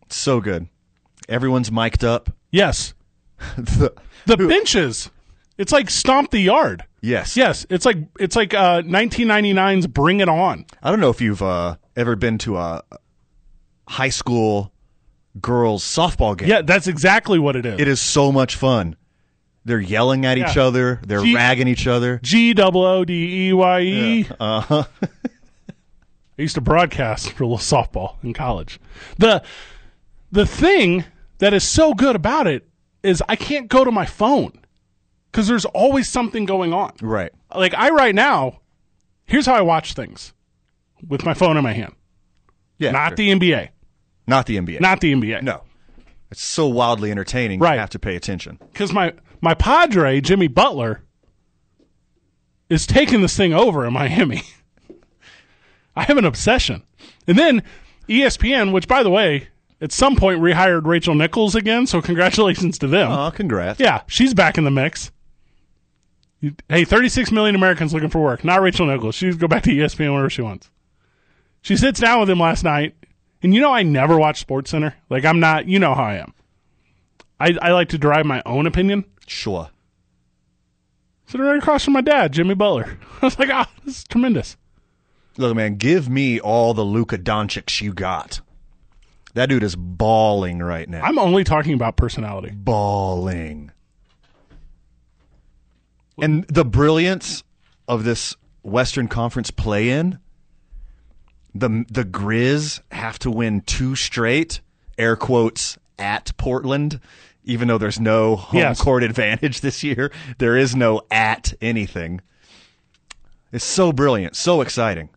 Speaker 5: It's so good. Everyone's mic'd up.
Speaker 4: Yes.
Speaker 5: The-
Speaker 4: The benches. It's like stomp the yard.
Speaker 5: yes.
Speaker 4: Yes, it's like it's like uh, 1999's Bring It On.
Speaker 5: I don't know if you've uh, ever been to a high school girls softball game.
Speaker 4: Yeah, that's exactly what it is.
Speaker 5: It is so much fun. They're yelling at each
Speaker 4: Yeah.
Speaker 5: other. They're
Speaker 4: Gee-
Speaker 5: ragging each other.
Speaker 4: G double O D E Y E. Uh huh.
Speaker 5: uh-huh.
Speaker 4: I used to broadcast for a little softball in college. The the thing that is so good about it is I can't go to my phone because there's always something going on.
Speaker 5: Right.
Speaker 4: Like I right now, here's how I watch things with my phone in my hand.
Speaker 5: Yeah.
Speaker 4: Not
Speaker 5: sure.
Speaker 4: the NBA.
Speaker 5: not the NBA.
Speaker 4: Not the NBA.
Speaker 5: no. It's so wildly entertaining.
Speaker 4: Right.
Speaker 5: You have to pay attention.
Speaker 4: because my my padre Jimmy Butler is taking this thing over in Miami. I have an obsession, and then E ESPN, which by the way, at some point rehired Rachel Nichols again, so congratulations to them.
Speaker 5: Oh, congrats.
Speaker 4: Yeah, she's back in the mix. You- Hey, 36 million Americans looking for work. Not Rachel Nichols. She can go back to E ESPN whenever she wants. She sits down with him last night, and you know I never watch Sports Center. Like I'm not, you know how I am. I, I like to derive my own opinion.
Speaker 5: Sure.
Speaker 4: Sitting right across from my dad, Jimmy Butler. I was like, ah, this is tremendous.
Speaker 5: Look, man, give me all the Luka Doncic you got. That dude is bawling right now.
Speaker 4: I'm only talking about personality.
Speaker 5: bawling. And the brilliance of this Western Conference play-in, the the Grizz have to win two straight, air quotes at Portland, even though there's no home
Speaker 4: Yes.
Speaker 5: court advantage this year. There is no at anything. It's so brilliant, so exciting.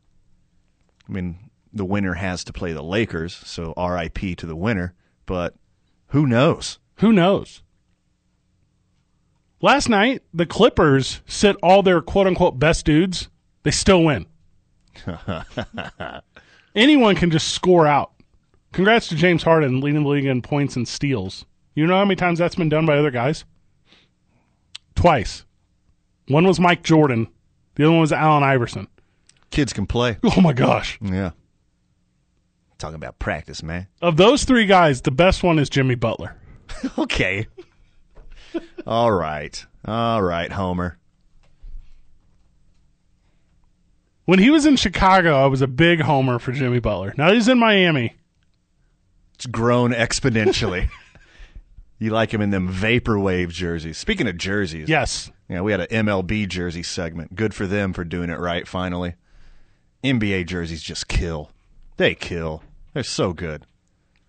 Speaker 5: I mean, the winner has to play the Lakers, so RIP to the winner, but who knows?
Speaker 4: Who knows? Last night, the Clippers sit all their quote unquote best dudes. They still win. Anyone can just score out. Congrats to James Harden leading the league in points and steals. You know how many times that's been done by other guys? Twice. One was Mike Jordan, the other one was Allen Iverson.
Speaker 5: Kids can play.
Speaker 4: Oh my gosh.
Speaker 5: Yeah. Talking about practice, man.
Speaker 4: Of those three guys, the best one is Jimmy Butler.
Speaker 5: Okay. All right. All right, Homer.
Speaker 4: When he was in Chicago, I was a big homer for Jimmy Butler. Now he's in Miami.
Speaker 5: It's grown exponentially. you like him in them vaporwave jerseys. Speaking of jerseys,
Speaker 4: Yes.
Speaker 5: yeah, we had an MLB jersey segment. Good for them for doing it right finally. NBA jerseys just kill. They kill. They're so good.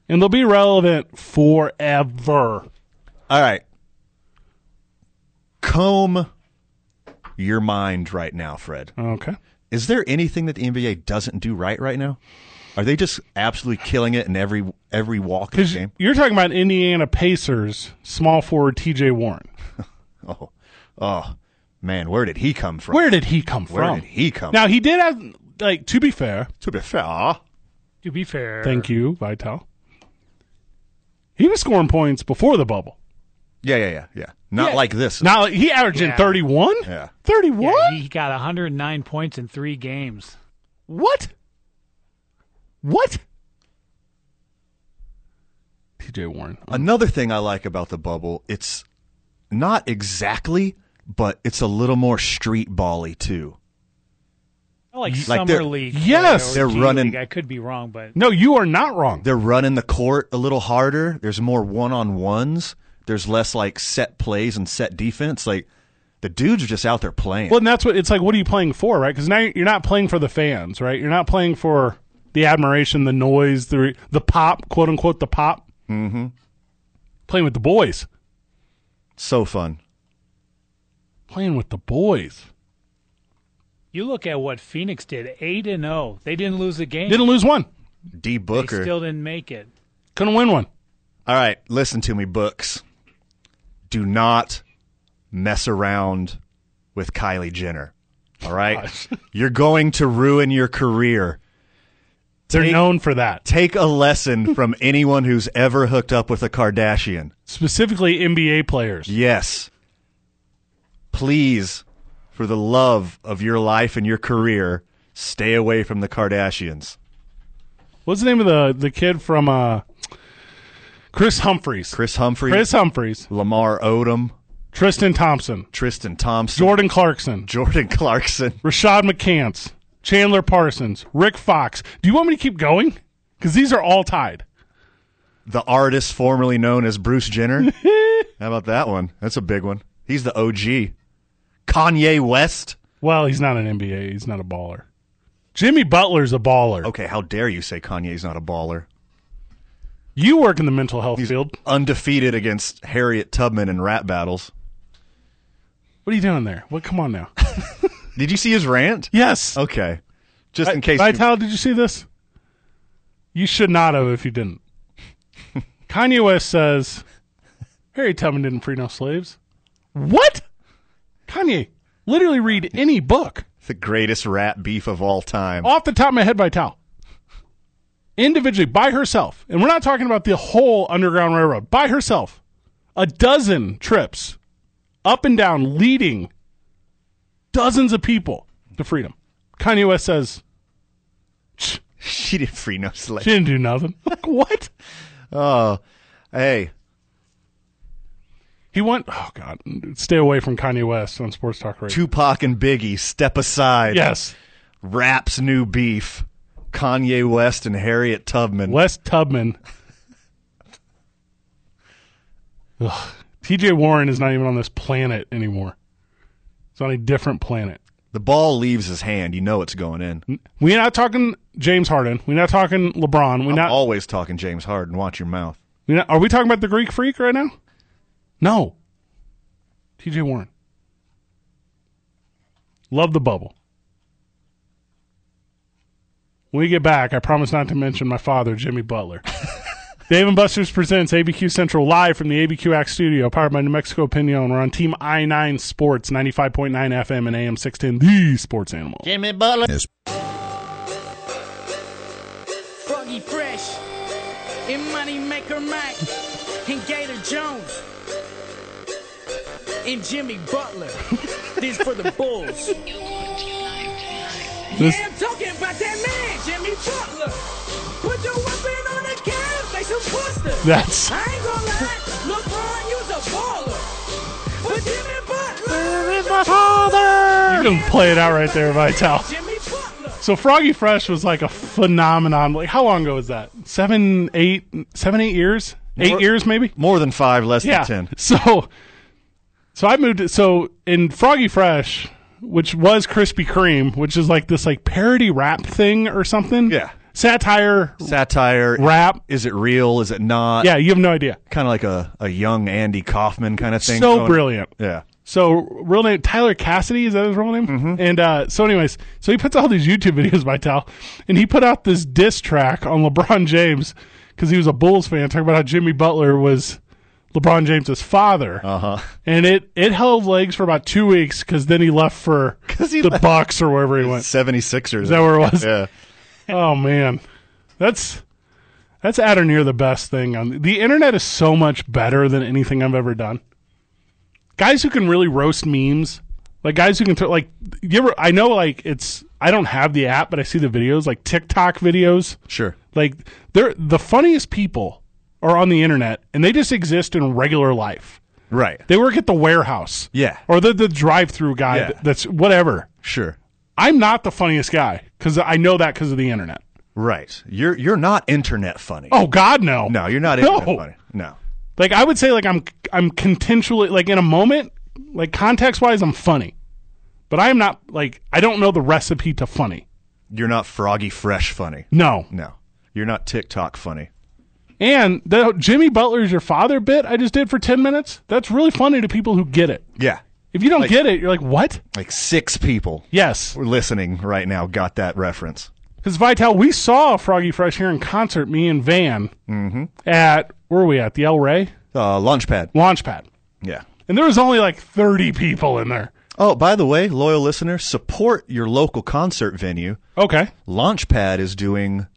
Speaker 4: and they'll be relevant forever.
Speaker 5: All right. Comb your mind right now, Fred.
Speaker 4: Okay.
Speaker 5: Is there anything that the NBA doesn't do right right now? Are they just absolutely killing it in every every walk of the
Speaker 4: Because
Speaker 5: game?
Speaker 4: you're talking about Indiana Pacers small forward T.J. Warren.
Speaker 5: Oh, oh man, where did he come from?
Speaker 4: Where did he come
Speaker 5: Where
Speaker 4: from?
Speaker 5: did he come
Speaker 4: Now he did have like to be fair.
Speaker 5: to be fair?
Speaker 8: To be fair,
Speaker 4: Thank you, Vital. He was scoring points before the bubble.
Speaker 5: Yeah, yeah, yeah, yeah. Not
Speaker 4: Yeah.
Speaker 5: like this.
Speaker 4: Now like, he averaging
Speaker 8: Yeah.
Speaker 4: 31?
Speaker 5: Yeah.
Speaker 4: 31?
Speaker 8: Yeah, he got 109 points in three games.
Speaker 4: What? What? TJ Warren.
Speaker 5: Another thing I like about the bubble, it's not exactly, but it's a little more street bally too.
Speaker 8: I Like
Speaker 5: Like
Speaker 8: summer
Speaker 5: they're-
Speaker 8: league,
Speaker 4: Yes!
Speaker 8: or
Speaker 5: They're
Speaker 8: G
Speaker 5: running-
Speaker 8: League. I could be wrong, but
Speaker 4: No, you are not wrong.
Speaker 5: They're running the court a little harder. There's more one-on-ones. There's less like set plays and set defense. Like the dudes are just out there playing.
Speaker 4: Well, and that's what it's like. What are you playing for, right? Because now you're not playing for the fans, right? You're not playing for the admiration, the noise, the re- the pop, quote unquote, the pop. Mm-hmm. Playing with the boys.
Speaker 5: so fun.
Speaker 4: Playing with the boys.
Speaker 8: you look at what Phoenix did, eight and zero. They didn't lose a game.
Speaker 4: Didn't lose one.
Speaker 5: D
Speaker 8: they
Speaker 5: Booker.
Speaker 8: still didn't make it.
Speaker 4: Couldn't win one.
Speaker 5: All right, listen to me, books. Do not mess around with Kylie Jenner. All right? You're going to ruin your career.
Speaker 4: They're
Speaker 5: Take-
Speaker 4: known for that.
Speaker 5: Take a lesson from anyone who's ever hooked up with a Kardashian.
Speaker 4: Specifically, NBA players.
Speaker 5: Yes. Please, for the love of your life and your career, stay away from the Kardashians.
Speaker 4: What's the name of the the kid from uh, Chris Humphreys?
Speaker 5: Chris Humphrey,
Speaker 4: Chris Humphreys,
Speaker 5: Lamar Odom,
Speaker 4: Tristan Thompson,
Speaker 5: Tristan Thompson,
Speaker 4: Jordan Clarkson,
Speaker 5: Jordan Clarkson.
Speaker 4: Rashad McCants, Chandler Parsons, Rick Fox. Do you want me to keep going? Because these are all tied.
Speaker 5: the artist formerly known as Bruce Jenner. How about that one? That's a big one. He's the OG. Kanye West.
Speaker 4: Well, he's not an NBA. He's not a baller. Jimmy Butler's a baller.
Speaker 5: Okay, how dare you say Kanye's not a baller?
Speaker 4: You work in the mental health field.
Speaker 5: Undefeated against Harriet Tubman in rap battles.
Speaker 4: What are you doing there? What? Come on now.
Speaker 5: Did you see his rant?
Speaker 4: yes.
Speaker 5: Okay. Oh, Just in case. you-
Speaker 4: Vital, did you see this? You should not have if you didn't. Kanye West says Harry Tubman didn't free no slaves. What? Kanye, literally read any book
Speaker 5: the greatest rap beef of all time.
Speaker 4: off the top of my head. Vital, individually by herself, and we're not talking about the whole Underground Railroad by herself. A dozen trips up and down, leading dozens of people to freedom. Kanye West says
Speaker 5: She didn't free no slave.
Speaker 4: she didn't do nothing. Like what?
Speaker 5: Oh, hey.
Speaker 4: He went. Oh God, stay away from Kanye West on Sports Talk Radio.
Speaker 5: Tupac and Biggie, step aside.
Speaker 4: yes,
Speaker 5: Rap's new beef. Kanye West and Harriet Tubman.
Speaker 4: West Tubman. Ugh. T.J. Warren is not even on this planet anymore. It's on a different planet.
Speaker 5: The ball leaves his hand. You know it's going in.
Speaker 4: We're not talking James Harden. We're not talking LeBron. We're
Speaker 5: I'm
Speaker 4: not,
Speaker 5: always talking James Harden. Watch your mouth.
Speaker 4: we're not. Are we talking about the Greek Freak right now? No. T.J. Warren. Love the bubble. When we get back, I promise not to mention my father, Jimmy Butler. Dave and Buster's presents ABQ Central live from the ABQ Act Studio, powered by New Mexico Pinion. We're on Team I 9 Sports, 95.9 FM and AM 610, the sports animal.
Speaker 7: Jimmy Butler.
Speaker 10: Froggy Fresh, and Money Maker Mike, and Gator Jones, and Jimmy Butler. this for the Bulls.
Speaker 4: This-
Speaker 10: yeah, I'm talking about that man, Jimmy Butler. Put your weapon on the couch, they some busters.
Speaker 4: That's.
Speaker 10: I ain't gonna lie, LeBron, you's a baller. But Jimmy Butler,
Speaker 4: You can play it out right there, Vital.
Speaker 10: Jimmy Butler.
Speaker 4: So Froggy Fresh was like a phenomenon. Like how long ago was that? Seven, eight, seven, eight years, eight
Speaker 5: More-
Speaker 4: years maybe.
Speaker 5: More than five, less
Speaker 4: Yeah.
Speaker 5: than ten.
Speaker 4: So, so I moved. So in Froggy Fresh, which was Krispy Kreme, which is like this like parody rap thing or something.
Speaker 5: Yeah.
Speaker 4: satire
Speaker 5: Satire.
Speaker 4: rap.
Speaker 5: Is it real? Is it not?
Speaker 4: Yeah, you have no idea.
Speaker 5: Kind of like a, a young Andy Kaufman kind of thing.
Speaker 4: So
Speaker 5: going-
Speaker 4: brilliant.
Speaker 5: Yeah.
Speaker 4: So real name Tyler Cassidy is that his real name? Mm-hmm. And uh, so, anyways, so he puts all these YouTube videos by Tal, and he put out this diss track on LeBron James because he was a Bulls fan, talking about how Jimmy Butler was LeBron James's father.
Speaker 5: Uh huh.
Speaker 4: And it it held legs for about two weeks because then he left for the Bucks or wherever he went.
Speaker 5: 76ers.
Speaker 4: Is that where it was?
Speaker 5: Yeah.
Speaker 4: oh man, that's that's at or near the best thing on the internet is so much better than anything I've ever done. Guys who can really roast memes, like guys who can t- like you ever. I know like it's I don't have the app, but I see the videos like TikTok videos.
Speaker 5: Sure.
Speaker 4: Like they're the funniest people are on the internet, and they just exist in regular life.
Speaker 5: Right.
Speaker 4: They work at the warehouse.
Speaker 5: Yeah.
Speaker 4: Or the the drive-through guy.
Speaker 5: Yeah.
Speaker 4: that- That's whatever.
Speaker 5: Sure.
Speaker 4: I'm not the funniest guy because I know that because of the internet.
Speaker 5: Right. You're you're not internet funny.
Speaker 4: Oh God, no.
Speaker 5: No, you're not
Speaker 4: No.
Speaker 5: internet funny. No.
Speaker 4: Like I would say, like I'm I'm contextually like in a moment, like context wise, I'm funny, but I am not like I don't know the recipe to funny.
Speaker 5: You're not froggy fresh funny.
Speaker 4: No.
Speaker 5: No. You're not TikTok funny.
Speaker 4: And the Jimmy Butler's your father bit I just did for ten minutes. That's really funny to people who get it.
Speaker 5: Yeah.
Speaker 4: If you don't get it, you're like, what?
Speaker 5: Like six people
Speaker 4: Yes.
Speaker 5: listening right now got that reference.
Speaker 4: Because Vital, we saw Froggy Fresh here in concert, me and Van, at where were we at? The El Rey
Speaker 5: Uh, Launchpad.
Speaker 4: Launchpad,
Speaker 5: Yeah.
Speaker 4: and there was only like thirty people in there.
Speaker 5: Oh, by the way, loyal listener, support your local concert venue.
Speaker 4: Okay,
Speaker 5: Launchpad is doing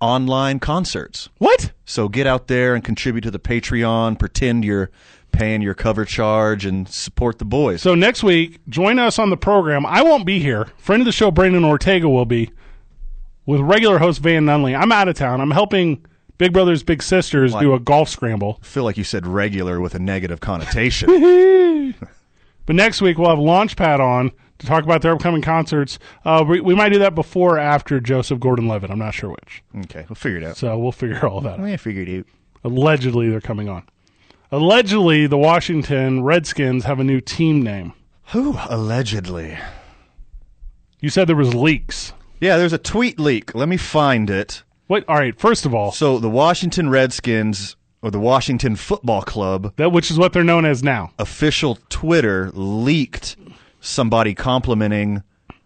Speaker 5: online concerts.
Speaker 4: what?
Speaker 5: So get out there and contribute to the Patreon. Pretend you're paying your cover charge and support the boys.
Speaker 4: So next week, join us on the program. I won't be here. Friend of the show, Brandon Ortega, will be with regular host Van Nunley. I'm out of town. I'm helping Big Brothers Big Sisters do a golf scramble.
Speaker 5: I feel like you said regular with a negative connotation.
Speaker 4: But next week, we'll have Launchpad on to talk about their upcoming concerts. Uh, we, we might do that before or after Joseph Gordon Levitt. I'm not sure which.
Speaker 5: okay, we'll figure it out.
Speaker 4: So we'll figure all that out.
Speaker 5: I figured it out.
Speaker 4: Allegedly, they're coming on. Allegedly, the Washington Redskins have a new team name.
Speaker 5: Who allegedly?
Speaker 4: You said there was leaks.
Speaker 5: Yeah, there's a tweet leak. Let me find it.
Speaker 4: What? All right. First of all,
Speaker 5: So the Washington Redskins or the Washington Football Club
Speaker 4: that which is what they're known as now.
Speaker 5: official Twitter leaked somebody complimenting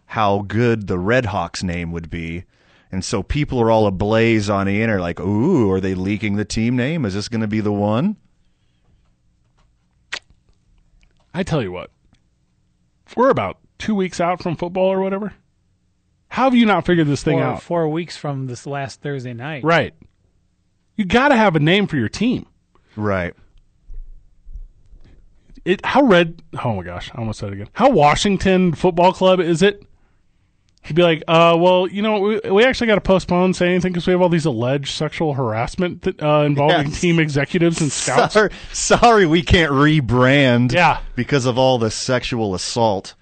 Speaker 5: how good the Red Hawks name would be. And so people are all ablaze on the internet, like, ooh, are they leaking the team name? Is this going to be the one?
Speaker 4: I tell you what, we're about two weeks out from football or whatever. How have you not figured this thing
Speaker 8: Four,
Speaker 4: out?
Speaker 8: four weeks from this last Thursday night.
Speaker 4: Right. You got to have a name for your team.
Speaker 5: Right.
Speaker 4: It how red? Oh my gosh, I almost said it again. How Washington Football Club is it? You'd be like, uh, well, you know, we, we actually got to postpone saying anything because we have all these alleged sexual harassment th- uh, involving
Speaker 5: Yes.
Speaker 4: team executives and scouts.
Speaker 5: Sorry, sorry, we can't rebrand
Speaker 4: Yeah.
Speaker 5: because of all the sexual assault.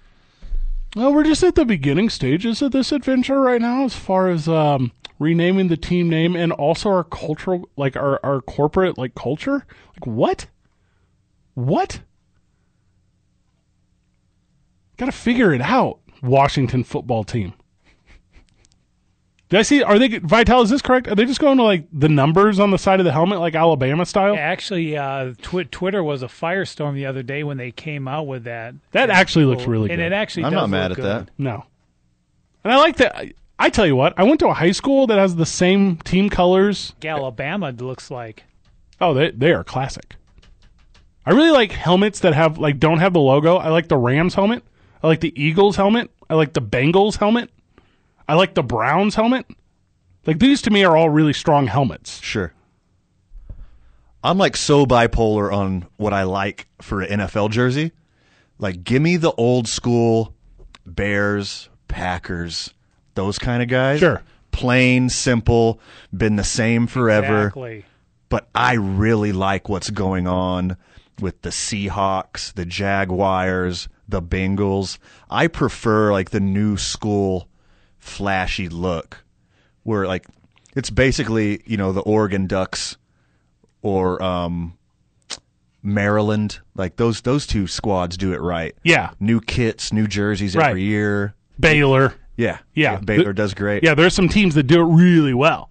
Speaker 4: Well, we're just at the beginning stages of this adventure right now, as far as um, renaming the team name and also our cultural, like our, our corporate, like culture. Like what? What? Got to figure it out. Washington football team. Did I see? Are they Vital? Is this correct? Are they just going to like the numbers on the side of the helmet, like Alabama style?
Speaker 8: Actually, uh, tw- Twitter was a firestorm the other day when they came out with that. Oh,
Speaker 4: That actually looks really
Speaker 8: and
Speaker 4: good.
Speaker 8: it actually
Speaker 5: I'm
Speaker 8: does
Speaker 5: not mad at
Speaker 8: look good.
Speaker 5: that.
Speaker 4: No. And I like that. I, I tell you what, I went to a high school that has the same team colors.
Speaker 8: Alabama looks like.
Speaker 4: Oh, they they are classic. I really like helmets that have like don't have the logo. I like the Rams helmet. I like the Eagles helmet. I like the Bengals helmet. I like the Browns helmet. Like these to me are all really strong helmets.
Speaker 5: Sure. I'm like so bipolar on what I like for an NFL jersey. Like, give me the old school Bears, Packers, those kind of guys.
Speaker 4: Sure.
Speaker 5: Plain, simple, been the same forever.
Speaker 8: Exactly.
Speaker 5: But I really like what's going on with the Seahawks, the Jaguars, the Bengals. I prefer like the new school flashy look where like it's basically, you know, the Oregon Ducks or um Maryland. Like those those two squads do it right.
Speaker 4: Yeah,
Speaker 5: New kits, new jerseys
Speaker 4: Right.
Speaker 5: every year.
Speaker 4: Baylor.
Speaker 5: Yeah.
Speaker 4: Yeah.
Speaker 5: Baylor does great.
Speaker 4: Yeah, there's some teams that do it really well.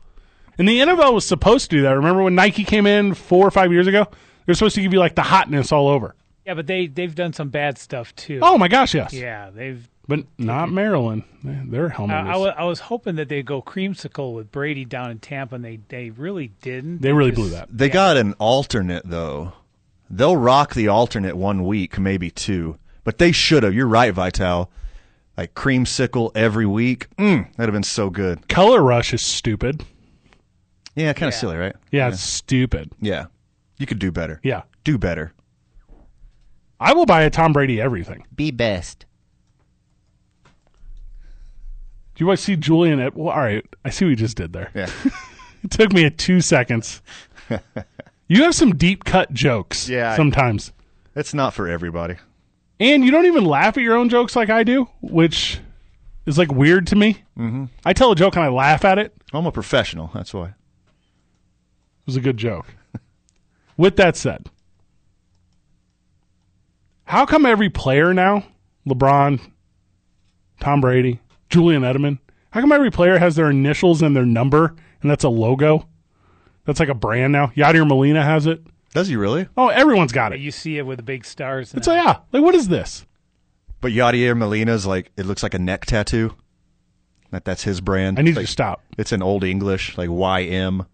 Speaker 4: And the NFL was supposed to do that. Remember when Nike came in four or five years ago? They're supposed to give you like the hotness all over.
Speaker 8: Yeah, but they they've done some bad stuff too.
Speaker 4: Oh my gosh, yes.
Speaker 8: Yeah, they've.
Speaker 4: But not Maryland. Their
Speaker 8: I,
Speaker 4: helmet.
Speaker 8: I,
Speaker 4: is-
Speaker 8: wa- I was hoping that they'd go creamsicle with Brady down in Tampa, and they they really didn't. Just-
Speaker 5: They got an alternate though. They'll rock the alternate one week, maybe two. But they should have. You're right, Vital. Like creamsicle every week. Mm, that'd have been so good.
Speaker 4: Color rush is stupid.
Speaker 5: Yeah, kind of silly, right?
Speaker 4: Yeah, it's stupid.
Speaker 5: Yeah. You could do better.
Speaker 4: Yeah.
Speaker 5: Do better.
Speaker 4: I will buy a Tom Brady everything.
Speaker 7: Be best.
Speaker 4: Do you want to see Julian? At, well, all right. I see what you just did there.
Speaker 5: Yeah.
Speaker 4: it took me a two seconds. you have some deep cut jokes.
Speaker 5: Yeah, I-
Speaker 4: Sometimes.
Speaker 5: It's not for everybody.
Speaker 4: And you don't even laugh at your own jokes like I do, which is like weird to me. Mm-hmm. I tell a joke and I laugh at it.
Speaker 5: I'm a professional. That's why.
Speaker 4: It was a good joke. With that said, how come every player now, LeBron, Tom Brady, Julian Edelman, how come every player has their initials and their number and that's a logo? That's like a brand now. Yadier Molina has it.
Speaker 5: Does he really?
Speaker 4: Oh, everyone's got it.
Speaker 8: You see it with the big stars.
Speaker 4: It's like, yeah, like what is this?
Speaker 5: But Yadier Molina's like it looks like a neck tattoo. That that's his brand.
Speaker 4: I need
Speaker 5: It's
Speaker 4: you
Speaker 5: like-
Speaker 4: to stop.
Speaker 5: It's in old English, like YM.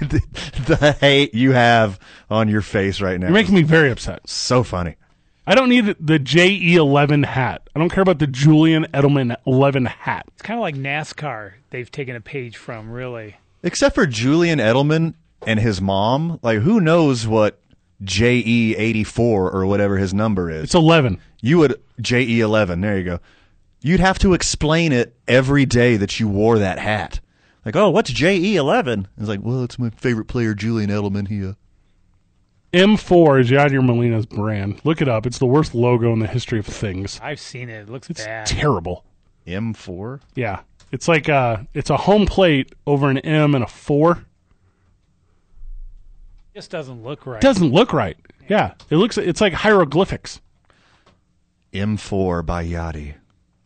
Speaker 5: the, the hate you have on your face right now.
Speaker 4: You're making me very upset.
Speaker 5: is so funny.
Speaker 4: I don't need the JE11 hat. I don't care about the Julian Edelman 11 hat.
Speaker 8: It's kind of like NASCAR. They've taken a page from really.
Speaker 5: Except for Julian Edelman and his mom. Like, who knows what JE84 or whatever his number is?
Speaker 4: It's 11.
Speaker 5: you would JE11. There you go. You'd have to explain it every day that you wore that hat. Like, oh, what's JE11? It's like, well, it's my favorite player, Julian Edelman. He uh,
Speaker 4: M4 is Yadier Molina's brand. Look it up. It's the worst logo in the history of things.
Speaker 8: I've seen it. It looks
Speaker 4: It's
Speaker 8: bad.
Speaker 4: terrible.
Speaker 5: M4.
Speaker 4: Yeah. It's like uh it's a home plate over an M and a 4.
Speaker 8: just doesn't look right.
Speaker 4: It doesn't look right. Yeah. It looks it's like hieroglyphics.
Speaker 5: M4 by Yachty.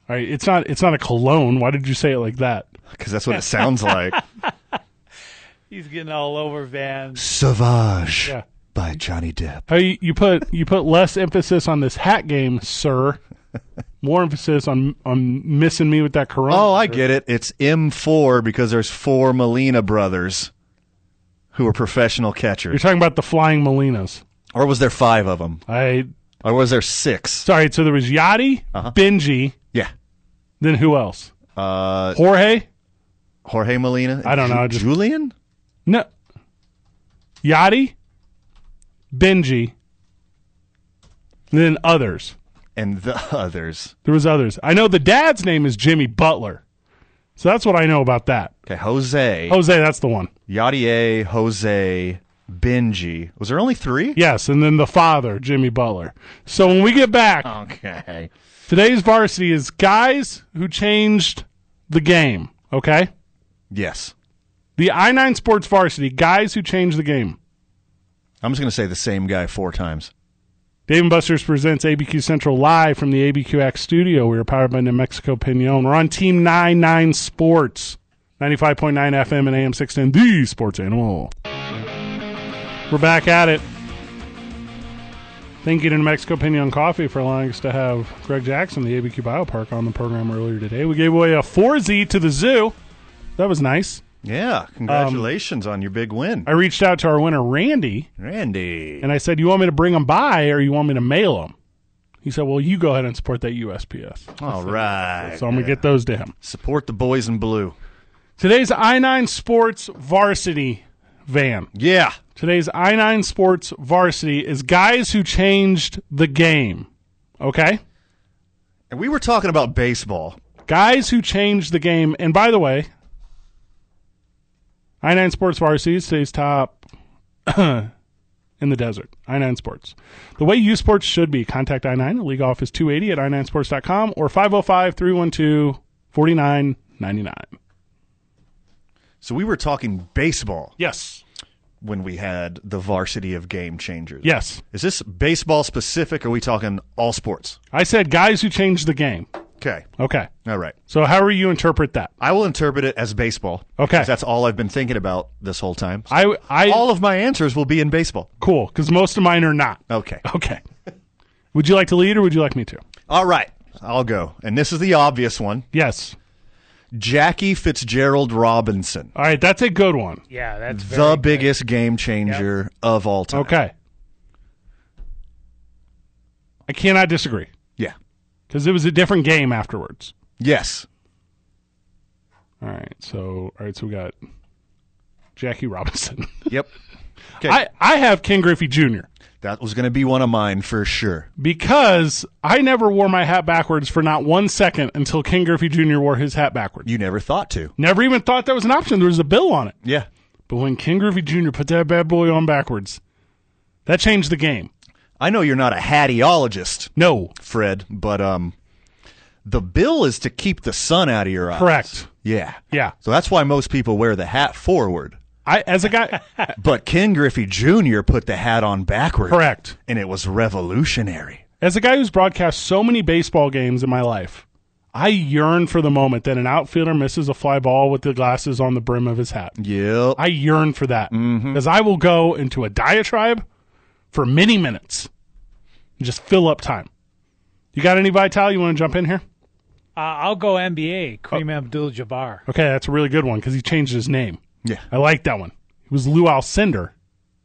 Speaker 4: All right, it's not it's not a cologne. Why did you say it like that?
Speaker 5: Because that's what it sounds like.
Speaker 8: He's getting all over Van.
Speaker 5: Savage
Speaker 4: Yeah.
Speaker 5: by Johnny Depp.
Speaker 4: How you, you put you put less emphasis on this hat game, sir. More emphasis on on missing me with that corona.
Speaker 5: Oh, I get it. It's M4 because there's four Molina brothers who are professional
Speaker 4: You're
Speaker 5: catchers.
Speaker 4: talking about the flying Molinas.
Speaker 5: Or was there five of them?
Speaker 4: I
Speaker 5: Or was there six?
Speaker 4: sorry. So there was Yachty,
Speaker 5: Uh-huh.
Speaker 4: Benji,
Speaker 5: Yeah.
Speaker 4: then who else?
Speaker 5: Uh,
Speaker 4: Jorge?
Speaker 5: Jorge Molina?
Speaker 4: I don't know, I just-
Speaker 5: Julian?
Speaker 4: No. Yachty, Benji, and then others.
Speaker 5: And the others.
Speaker 4: There was others. I know the dad's name is Jimmy Butler, so that's what I know about that.
Speaker 5: Okay, Jose.
Speaker 4: Jose, that's the one.
Speaker 5: Yadier, Jose, Benji. Was there only three?
Speaker 4: Yes, and then the father, Jimmy Butler. So when we get back,
Speaker 5: Okay.
Speaker 4: today's varsity is guys who changed the game. Okay.
Speaker 5: Yes.
Speaker 4: The I nine Sports Varsity guys who changed the game.
Speaker 5: I'm just going to say the same guy four times.
Speaker 4: Dave and Buster's presents ABQ Central live from the ABQX studio. We are powered by New Mexico Pinon. We're on Team 99 Sports, 95.9 FM and AM 610, the sports animal. We're back at it. Thank you to New Mexico Pinon Coffee for allowing us to have Greg Jackson, the ABQ Biopark, on the program earlier today. We gave away a 4Z to the zoo. That was nice.
Speaker 5: Yeah.
Speaker 4: Um,
Speaker 5: Congratulations on your big win.
Speaker 4: I reached out to our winner, Randy,
Speaker 5: Randy.
Speaker 4: And I said, "You want me to bring them by, or you want me to mail them?" He said, "Well, you go ahead and support that USPS."
Speaker 5: All right.
Speaker 4: So I'm gonna get those to him.
Speaker 5: Support the boys in blue.
Speaker 4: Today's I9 Sports Varsity van.
Speaker 5: Yeah.
Speaker 4: Today's I9 Sports Varsity is guys who changed the game. Okay,
Speaker 5: And we were talking about baseball.
Speaker 4: guys who changed the game. And by the way, I9 Sports Varsity is today's top. In the desert, I9 Sports. The way you sports should be. Contact I9. The league office 280 at i9sports.com or 505 312 4999.
Speaker 5: So we were talking baseball
Speaker 4: Yes.
Speaker 5: when we had the varsity of game changers.
Speaker 4: Yes.
Speaker 5: Is this baseball specific? Or are we talking all sports?
Speaker 4: I said guys who changed the game.
Speaker 5: Okay.
Speaker 4: Okay.
Speaker 5: All right.
Speaker 4: So how do you interpret that?
Speaker 5: I will interpret it as baseball.
Speaker 4: Okay.
Speaker 5: 'cause That's all I've been thinking about this whole time.
Speaker 4: I, I
Speaker 5: all of my answers will be in baseball.
Speaker 4: cool because most of mine are not.
Speaker 5: Okay.
Speaker 4: Okay. would you like to lead or would you like me to?
Speaker 5: All right. I'll go. And this is the obvious one
Speaker 4: Yes.
Speaker 5: Jackie Fitzgerald Robinson,
Speaker 4: All right. That's a good one.
Speaker 8: Yeah, that's very
Speaker 5: the
Speaker 8: good.
Speaker 5: biggest game changer of all time.
Speaker 4: Okay. I cannot disagree
Speaker 5: Yeah.
Speaker 4: because it was a different game afterwards.
Speaker 5: Yes.
Speaker 4: All right. So all right. So we got Jackie Robinson.
Speaker 5: Yep. Okay.
Speaker 4: I I have Ken Griffey Jr.
Speaker 5: that was going to be one of mine for sure.
Speaker 4: because I never wore my hat backwards for not one second until Ken Griffey Jr. wore his hat backwards.
Speaker 5: You never thought to.
Speaker 4: Never even thought that was an option. There was a bill on it.
Speaker 5: Yeah.
Speaker 4: But when Ken Griffey Jr. put that bad boy on backwards, that changed the game.
Speaker 5: I know you're not a hattiologist,
Speaker 4: No,
Speaker 5: Fred, but um, the bill is to keep the sun out of your eyes.
Speaker 4: correct.
Speaker 5: Yeah.
Speaker 4: Yeah.
Speaker 5: So that's why most people wear the hat forward.
Speaker 4: I as a guy,
Speaker 5: But Ken Griffey Jr. put the hat on backwards.
Speaker 4: correct.
Speaker 5: And it was revolutionary.
Speaker 4: As a guy who's broadcast so many baseball games in my life, I yearn for the moment that an outfielder misses a fly ball with the glasses on the brim of his hat.
Speaker 5: Yep.
Speaker 4: I yearn for that because I will go into a diatribe for many minutes and just fill up time. You got any Vital you want to jump in here?
Speaker 8: Uh, I'll go NBA. Kareem Abdul-Jabbar.
Speaker 4: Okay, that's a really good one because he changed his name.
Speaker 5: Yeah.
Speaker 4: I like that one. It was Lou Alcindor,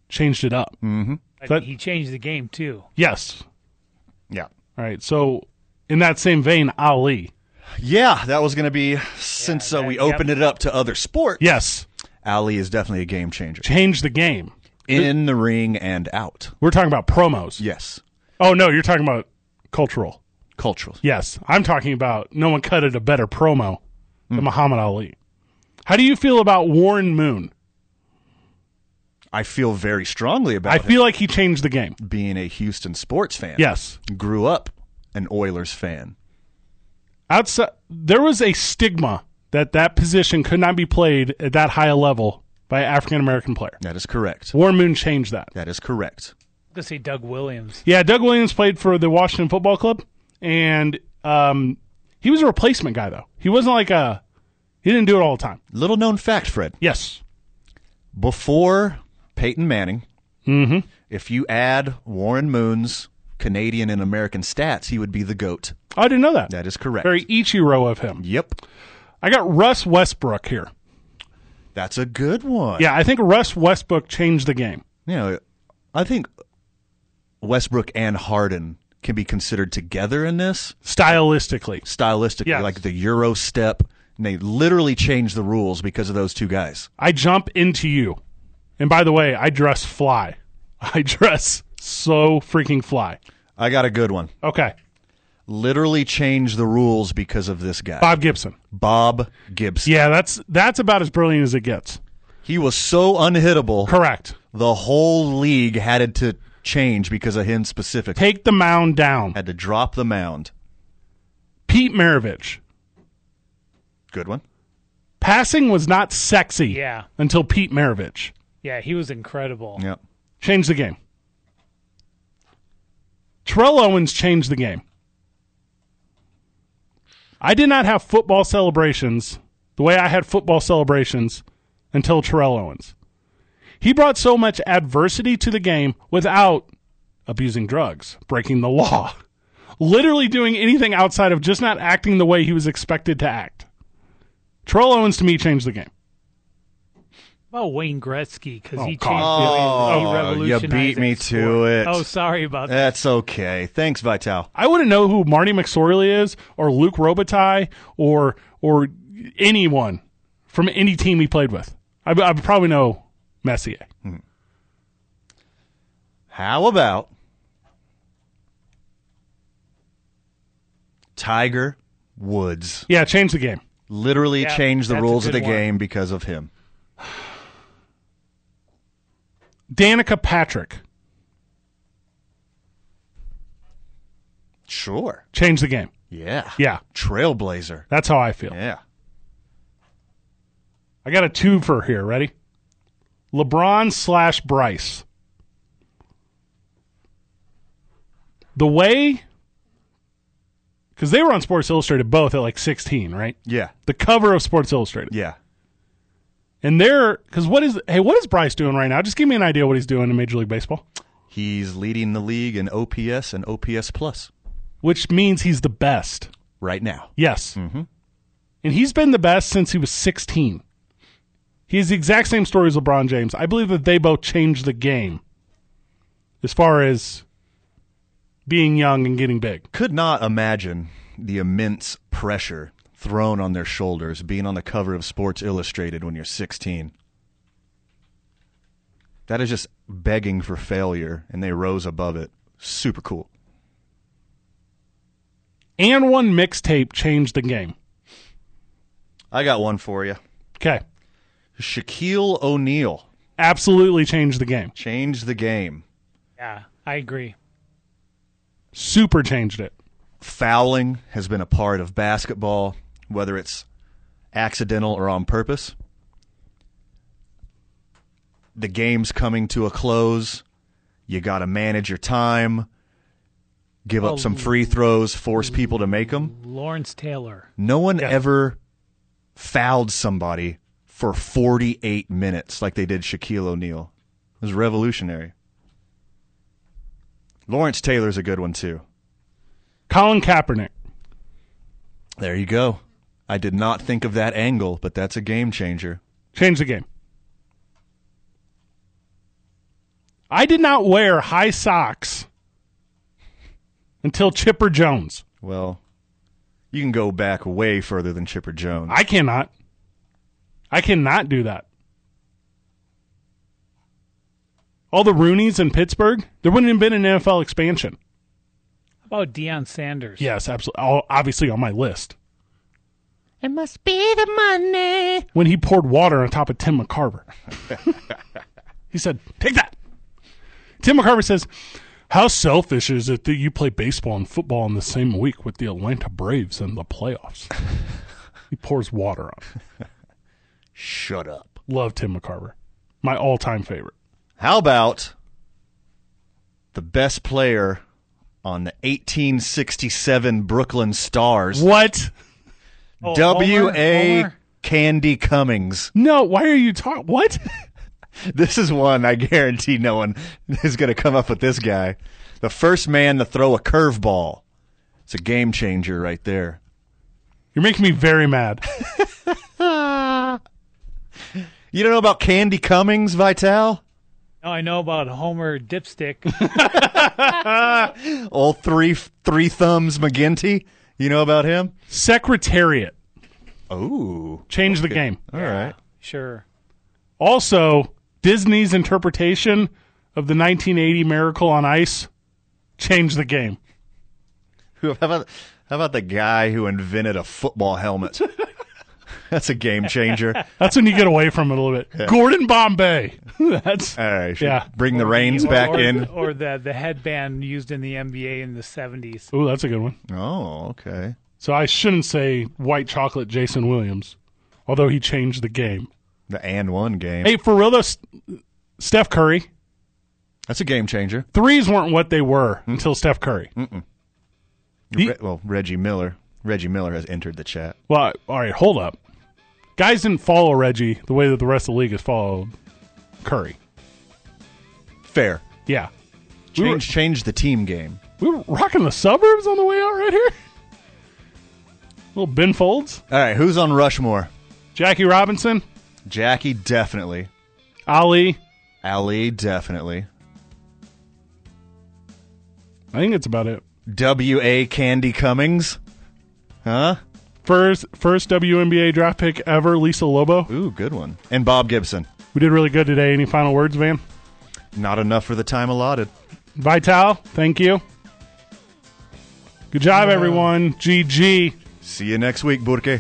Speaker 4: changed it up.
Speaker 8: Like,
Speaker 4: That-
Speaker 8: he changed the game too.
Speaker 4: Yes.
Speaker 5: Yeah.
Speaker 4: All right. So, in that same vein, Ali.
Speaker 5: Yeah, that was going to be since uh, we opened it up to other sports.
Speaker 4: Yes,
Speaker 5: Ali is definitely a game changer.
Speaker 4: changed the game.
Speaker 5: In the ring and out.
Speaker 4: We're talking about promos.
Speaker 5: Yes.
Speaker 4: Oh no, you're talking about cultural.
Speaker 5: Cultural.
Speaker 4: Yes, I'm talking about no one cut it a better promo
Speaker 5: Hmm.
Speaker 4: than Muhammad Ali. How do you feel about Warren Moon?
Speaker 5: I feel very strongly about
Speaker 4: I
Speaker 5: it.
Speaker 4: feel like he changed the game.
Speaker 5: being a Houston sports fan.
Speaker 4: Yes.
Speaker 5: Grew up an Oilers fan.
Speaker 4: Outside there was a stigma that that position could not be played at that high a level by an African American player.
Speaker 5: That is correct.
Speaker 4: Warren Moon changed that.
Speaker 5: That is correct.
Speaker 8: I'm gonna say Doug Williams.
Speaker 4: Yeah, Doug Williams played for the Washington Football Club and um, he was a replacement guy though. He wasn't like a he didn't do it all the time.
Speaker 5: Little known fact, Fred.
Speaker 4: Yes.
Speaker 5: Before Peyton Manning,
Speaker 4: Mm-hmm.
Speaker 5: if you add Warren Moon's Canadian and American stats, he would be the GOAT.
Speaker 4: I didn't know that.
Speaker 5: That is correct.
Speaker 4: Very Ichiro of him.
Speaker 5: Yep.
Speaker 4: I got Russ Westbrook here.
Speaker 5: That's a good one.
Speaker 4: Yeah, I think Russ Westbrook changed the game.
Speaker 5: You know, I think Westbrook and Harden can be considered together in this
Speaker 4: stylistically.
Speaker 5: stylistically,
Speaker 4: Yes.
Speaker 5: like the Euro step. And they literally changed the rules because of those two guys.
Speaker 4: I jump into you. And by the way, I dress fly. I dress so freaking fly.
Speaker 5: I got a good one.
Speaker 4: Okay.
Speaker 5: Literally changed the rules because of this guy,
Speaker 4: Bob Gibson.
Speaker 5: Bob Gibson.
Speaker 4: Yeah, that's that's about as brilliant as it gets.
Speaker 5: He was so unhittable.
Speaker 4: Correct.
Speaker 5: the whole league had to change because of him specifically.
Speaker 4: Take the mound down.
Speaker 5: Had to drop the mound.
Speaker 4: Pete Maravich.
Speaker 5: Good one.
Speaker 4: Passing was not sexy
Speaker 8: Yeah.
Speaker 4: until Pete Maravich.
Speaker 8: Yeah, he was incredible.
Speaker 5: Yep.
Speaker 4: Changed the game. Terrell Owens changed the game. I did not have football celebrations the way I had football celebrations until Terrell Owens. He brought so much adversity to the game without abusing drugs, breaking the law, literally doing anything outside of just not acting the way he was expected to act. Terrell Owens to me changed the game.
Speaker 8: About Wayne Gretzky because he changed.
Speaker 4: God.
Speaker 8: the way- he
Speaker 5: Oh, you
Speaker 8: revolutionized
Speaker 5: beat me
Speaker 8: the
Speaker 5: to
Speaker 8: sport.
Speaker 5: it.
Speaker 8: Oh, sorry about that.
Speaker 5: That's okay. Thanks, Vital.
Speaker 4: I wouldn't know who Marty McSorley is or Luke Robitaille or or anyone from any team he played with. I, I would probably know Messier.
Speaker 5: How about Tiger Woods?
Speaker 4: Yeah, change the game.
Speaker 5: Literally
Speaker 8: Yeah,
Speaker 5: changed the
Speaker 8: that's a
Speaker 5: rules of the
Speaker 8: good one.
Speaker 5: game because of him.
Speaker 4: Danica Patrick,
Speaker 5: Sure.
Speaker 4: change the game.
Speaker 5: Yeah.
Speaker 4: Yeah,
Speaker 5: Trailblazer.
Speaker 4: that's how I feel.
Speaker 5: Yeah.
Speaker 4: I got a twofer here. Ready? LeBron slash Bryce. The way because they were on Sports Illustrated both at like 16, right?
Speaker 5: Yeah.
Speaker 4: The cover of Sports Illustrated.
Speaker 5: Yeah.
Speaker 4: And they're because what is hey what is Bryce doing right now? Just give me an idea what he's doing in Major League Baseball,
Speaker 5: He's leading the league in OPS and OPS plus
Speaker 4: which means he's the best.
Speaker 5: right now.
Speaker 4: Yes. Mm-hmm. And he's been the best since he was 16. He has the exact same story as LeBron James. I believe that they both changed the game as far as being young and getting big.
Speaker 5: Could not imagine the immense pressure thrown on their shoulders being on the cover of Sports Illustrated when you're 16. That is just begging for failure, and they rose above it. Super cool.
Speaker 4: And one mixtape changed the game.
Speaker 5: I got one for you.
Speaker 4: Okay.
Speaker 5: Shaquille O'Neal
Speaker 4: Absolutely changed the game.
Speaker 5: changed the game.
Speaker 8: Yeah, I agree.
Speaker 4: Super changed it.
Speaker 5: fouling has been a part of basketball, whether it's accidental or on purpose. The game's coming to a close. You got to manage your time, give up some free throws, force people to make them.
Speaker 8: Lawrence Taylor.
Speaker 5: No one ever fouled somebody for 48 minutes like they did Shaquille O'Neal. It was revolutionary. Lawrence Taylor's a good one, too.
Speaker 4: Colin Kaepernick.
Speaker 5: There you go. I did not think of that angle, but that's a game changer.
Speaker 4: Change the game. I did not wear high socks until Chipper Jones.
Speaker 5: Well, you can go back way further than Chipper Jones.
Speaker 4: I cannot. I cannot do that. All the Roonies in Pittsburgh, there wouldn't have been an NFL expansion.
Speaker 8: How about Deion Sanders?
Speaker 4: Yes, absolutely. All, obviously on my list.
Speaker 7: It must be the money.
Speaker 4: When he poured water on top of Tim McCarver, he said, Take that. Tim McCarver says, How selfish is it that you play baseball and football in the same week with the Atlanta Braves in the playoffs? he pours water on. it.
Speaker 5: Shut up.
Speaker 4: Love Tim McCarver. My all time favorite.
Speaker 5: How about the best player on the 1867 Brooklyn Stars,
Speaker 4: What?
Speaker 8: Oh, Homer,
Speaker 5: W.A.
Speaker 8: Homer?
Speaker 5: Candy Cummings?
Speaker 4: No, why are you talking? What?
Speaker 5: This is one I guarantee no one is going to come up with this guy. The first man to throw a curveball. It's a game changer right there.
Speaker 4: You're making me very mad.
Speaker 5: You don't know about Candy Cummings, Vital?
Speaker 8: No, I know about Homer Dipstick.
Speaker 5: Old three three thumbs McGinty. You know about him?
Speaker 4: Secretariat
Speaker 5: Oh,
Speaker 4: changed the game.
Speaker 5: all right.
Speaker 8: sure.
Speaker 4: Also, Disney's interpretation of the 1980 Miracle on Ice changed the game.
Speaker 5: Who How about how about the guy who invented a football helmet? That's a game changer. All
Speaker 4: That's when you get away from it a little bit. Gordon Bombay. That's
Speaker 5: right, should
Speaker 4: Yeah.
Speaker 5: Bring the reins back
Speaker 8: or,
Speaker 5: in.
Speaker 8: Or the, the headband used in the NBA in the 70s.
Speaker 4: oh, that's a good one.
Speaker 5: Oh, okay.
Speaker 4: So I shouldn't say white chocolate Jason Williams, although he changed the game.
Speaker 5: The and one game.
Speaker 4: Hey, for real though, S- Steph Curry.
Speaker 5: That's a game changer.
Speaker 4: Threes weren't what they were until Steph Curry. The-
Speaker 5: Re- well, Reggie Miller. Reggie Miller has entered the chat.
Speaker 4: Well, all right, hold up. Guys didn't follow Reggie the way that the rest of the league has followed Curry.
Speaker 5: Fair.
Speaker 4: Yeah. We were,
Speaker 5: Change change the team game.
Speaker 4: we were rocking the suburbs on the way out right here. Little Ben Folds,
Speaker 5: All right, who's on Rushmore?
Speaker 4: Jackie Robinson,
Speaker 5: Jackie definitely.
Speaker 4: Ali.
Speaker 5: Ali definitely.
Speaker 4: I think that's about it.
Speaker 5: W.A. Candy Cummings. Huh?
Speaker 4: First first WNBA draft pick ever, Lisa Lobo.
Speaker 5: Ooh, good one. And Bob Gibson.
Speaker 4: We did really good today. Any final words, Van?
Speaker 5: Not enough for the time allotted.
Speaker 4: Vital, thank you. Good job, everyone. GG.
Speaker 5: See you next week, Burke.